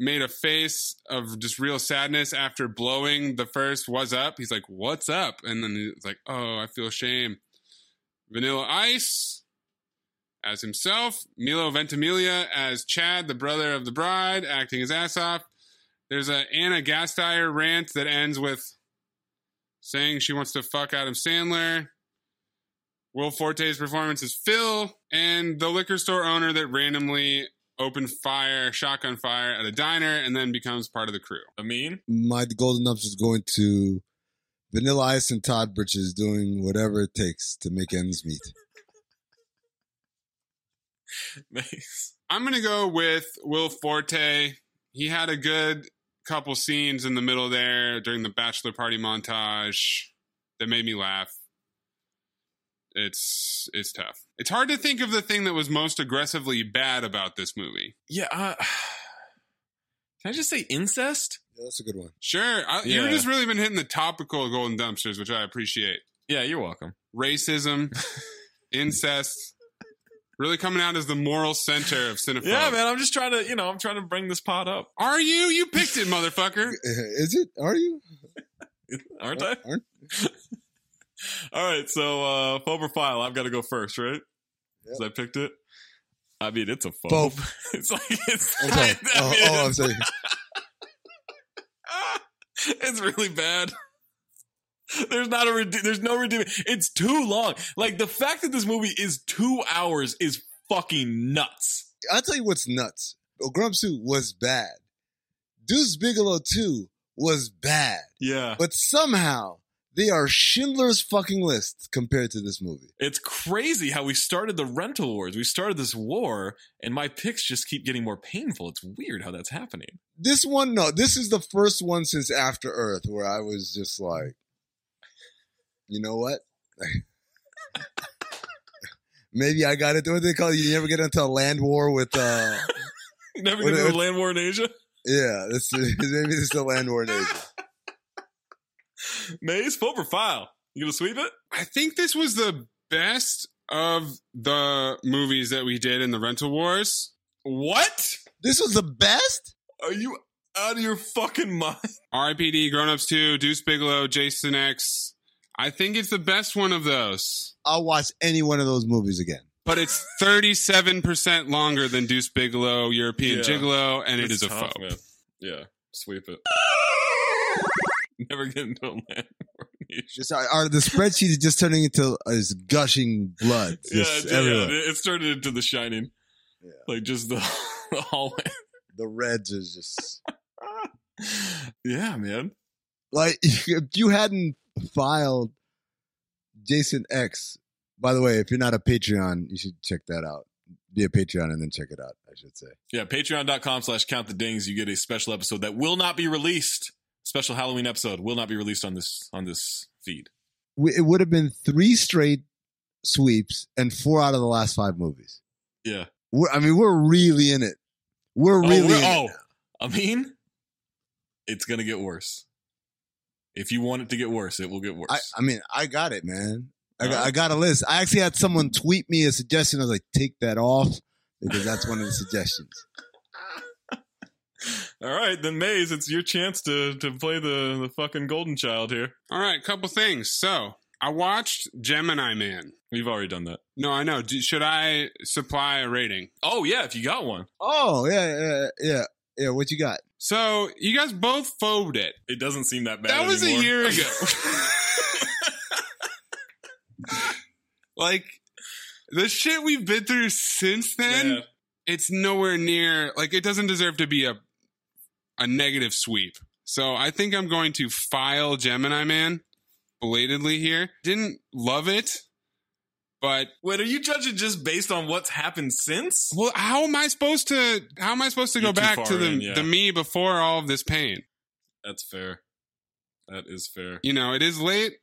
made a face of just real sadness after blowing the first was up. He's like, What's up? And then it's like, Oh, I feel shame. Vanilla Ice as himself, Milo Ventimiglia as Chad, the brother of the bride, acting his ass off. There's a Anna Gasteyer rant that ends with saying she wants to fuck Adam Sandler. Will Forte's performance is Phil, and the liquor store owner that randomly opened fire, shotgun fire at a diner, and then becomes part of the crew.
I mean,
My golden ups is going to Vanilla Ice and Todd Bridges doing whatever it takes to make ends meet.
nice.
I'm gonna go with Will Forte. He had a good couple scenes in the middle there during the bachelor party montage that made me laugh. It's it's tough. It's hard to think of the thing that was most aggressively bad about this movie.
Yeah. Uh, can I just say incest?
Yeah, that's a good one.
Sure, I, you've
Yeah.
just really been hitting the topical golden dumpsters, which I appreciate.
Yeah, you're welcome.
Racism, incest, really coming out as the moral center of cinephile.
Yeah, man. I'm just trying to, you know, I'm trying to bring this pot up.
Are you? You picked it, motherfucker.
Is it? Are you?
Aren't I?
Aren't-
All right. So, uh, faux profile. I've got to go first, right? Because I picked it. I mean, it's a faux.
Faux.
it's like, it's,
I'm sorry.
I
oh,
mean,
oh, I'm sorry.
it's really bad. There's not a rede- there's no redeeming. It's too long. Like the fact that this movie is two hours is fucking nuts.
I'll tell you what's nuts. Oh, Grumpsuit was bad. Deuce Bigelow 2 was bad.
Yeah,
But somehow, they are Schindler's fucking list compared to this movie.
it's crazy how we started the rental wars. We started this war, and my picks just keep getting more painful. It's weird how that's happening.
This one, no, this is the first one since After Earth where I was just like, you know what? Maybe I got into what they call you never get into a land war with uh
You never get into
What-
a land war in Asia.
yeah, this is, maybe this is a land war in Asia.
Maze full profile. You gonna sweep it?
I think this was the best of the movies that we did in the rental wars.
What?
This was the best?
Are you out of your fucking mind?
RIPD, Grown Ups 2, Deuce Bigelow, Jason X. I think it's the best one of those,
I'll watch any one of those movies again.
but it's 37% longer than Deuce Bigelow, European
Yeah.
Gigolo, and it
It's
is a
tough,
foe.
man. Yeah, sweep it. Never get into a land war in Asia.
Just our, our- the spreadsheet is just turning into uh, is gushing blood.
Yeah,
Just
it, yeah,
everywhere.
it- it started into The Shining. Like just the, the hallway.
The reds is just
yeah, man.
like if you hadn't filed Jason X. By the way, if you're not a Patreon, you should check that out. Be a Patreon and then check it out. I should say.
Yeah, patreon.com slash count the dings. You get a special episode that will not be released. Special Halloween episode will not be released on this on this feed.
We, it would have been three straight sweeps and four out of the last five movies.
Yeah.
We're, I mean, we're really in it. We're really.
oh,
in
we're-
it.
oh, I mean, it's gonna get worse. If you want it to get worse, it will get worse.
I, I mean, I got it, man. I got,
Alright.
I got a list. I actually had someone tweet me a suggestion. I was like, take that off because that's one of the suggestions.
All right, then Maze, it's your chance to to play the the fucking golden child here.
All right, couple things. So I watched Gemini Man.
We've already done that.
No, I know. Do, should I supply a rating?
Oh yeah, if you got one,
Oh, yeah, yeah, yeah. Yeah, what you got?
So you guys both phobed it.
it doesn't seem that bad.
That was
anymore.
a year ago. like the shit we've been through since then,
Yeah.
it's nowhere near like it doesn't deserve to be a a negative sweep. So I think I'm going to file Gemini Man belatedly here. Didn't love it. But
Wait, are you judging just based on what's happened since?
well, how am I supposed to? How am I supposed to
You're too
go back
far
to the
in, yeah.
the me before all of this pain?
That's fair. That is fair.
You know, it is late,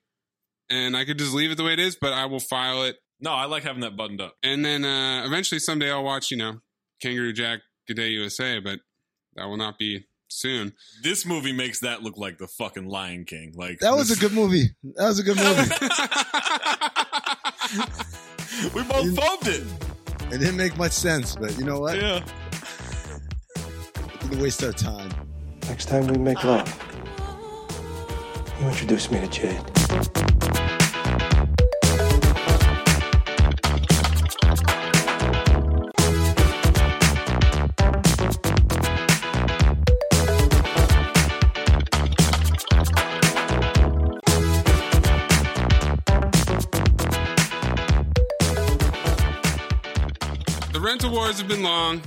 and I could just leave it the way it is. But I will file it,
No, I like having that buttoned up.
and then uh, eventually someday I'll watch. You know, Kangaroo Jack, Good Day USA, but that will not be soon.
This movie makes that look like the fucking Lion King. Like
That was a good movie. That was a good movie.
we both bumped it.
It didn't make much sense, but you know what?
Yeah.
It didn't waste our time.
Next time we make love, you introduce me to Jade.
The rental wars have been long.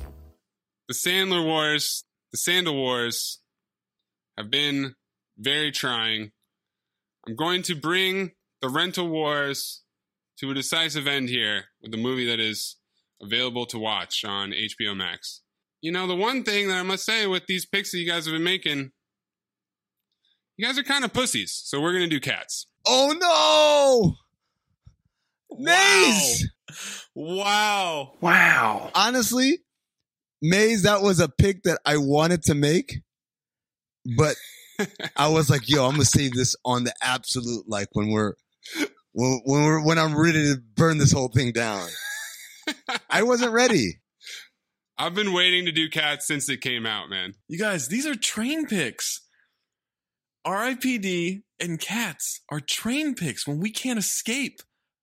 The Sandler wars, the Sandal wars have been very trying. I'm going to bring the rental wars to a decisive end here with a movie that is available to watch on HBO Max. You know, the one thing that I must say with these picks that you guys have been making, you guys are kind of pussies, so we're going to do cats.
Oh no! Maze!
Wow.
Wow. Honestly, Maze, that was a pick that I wanted to make, but I was like, yo, I'm gonna save this on the absolute like when we're when, when we're when I'm ready to burn this whole thing down. I wasn't ready.
I've been waiting to do cats since it came out, man.
You guys, these are train picks. RIPD and cats are train picks when we can't escape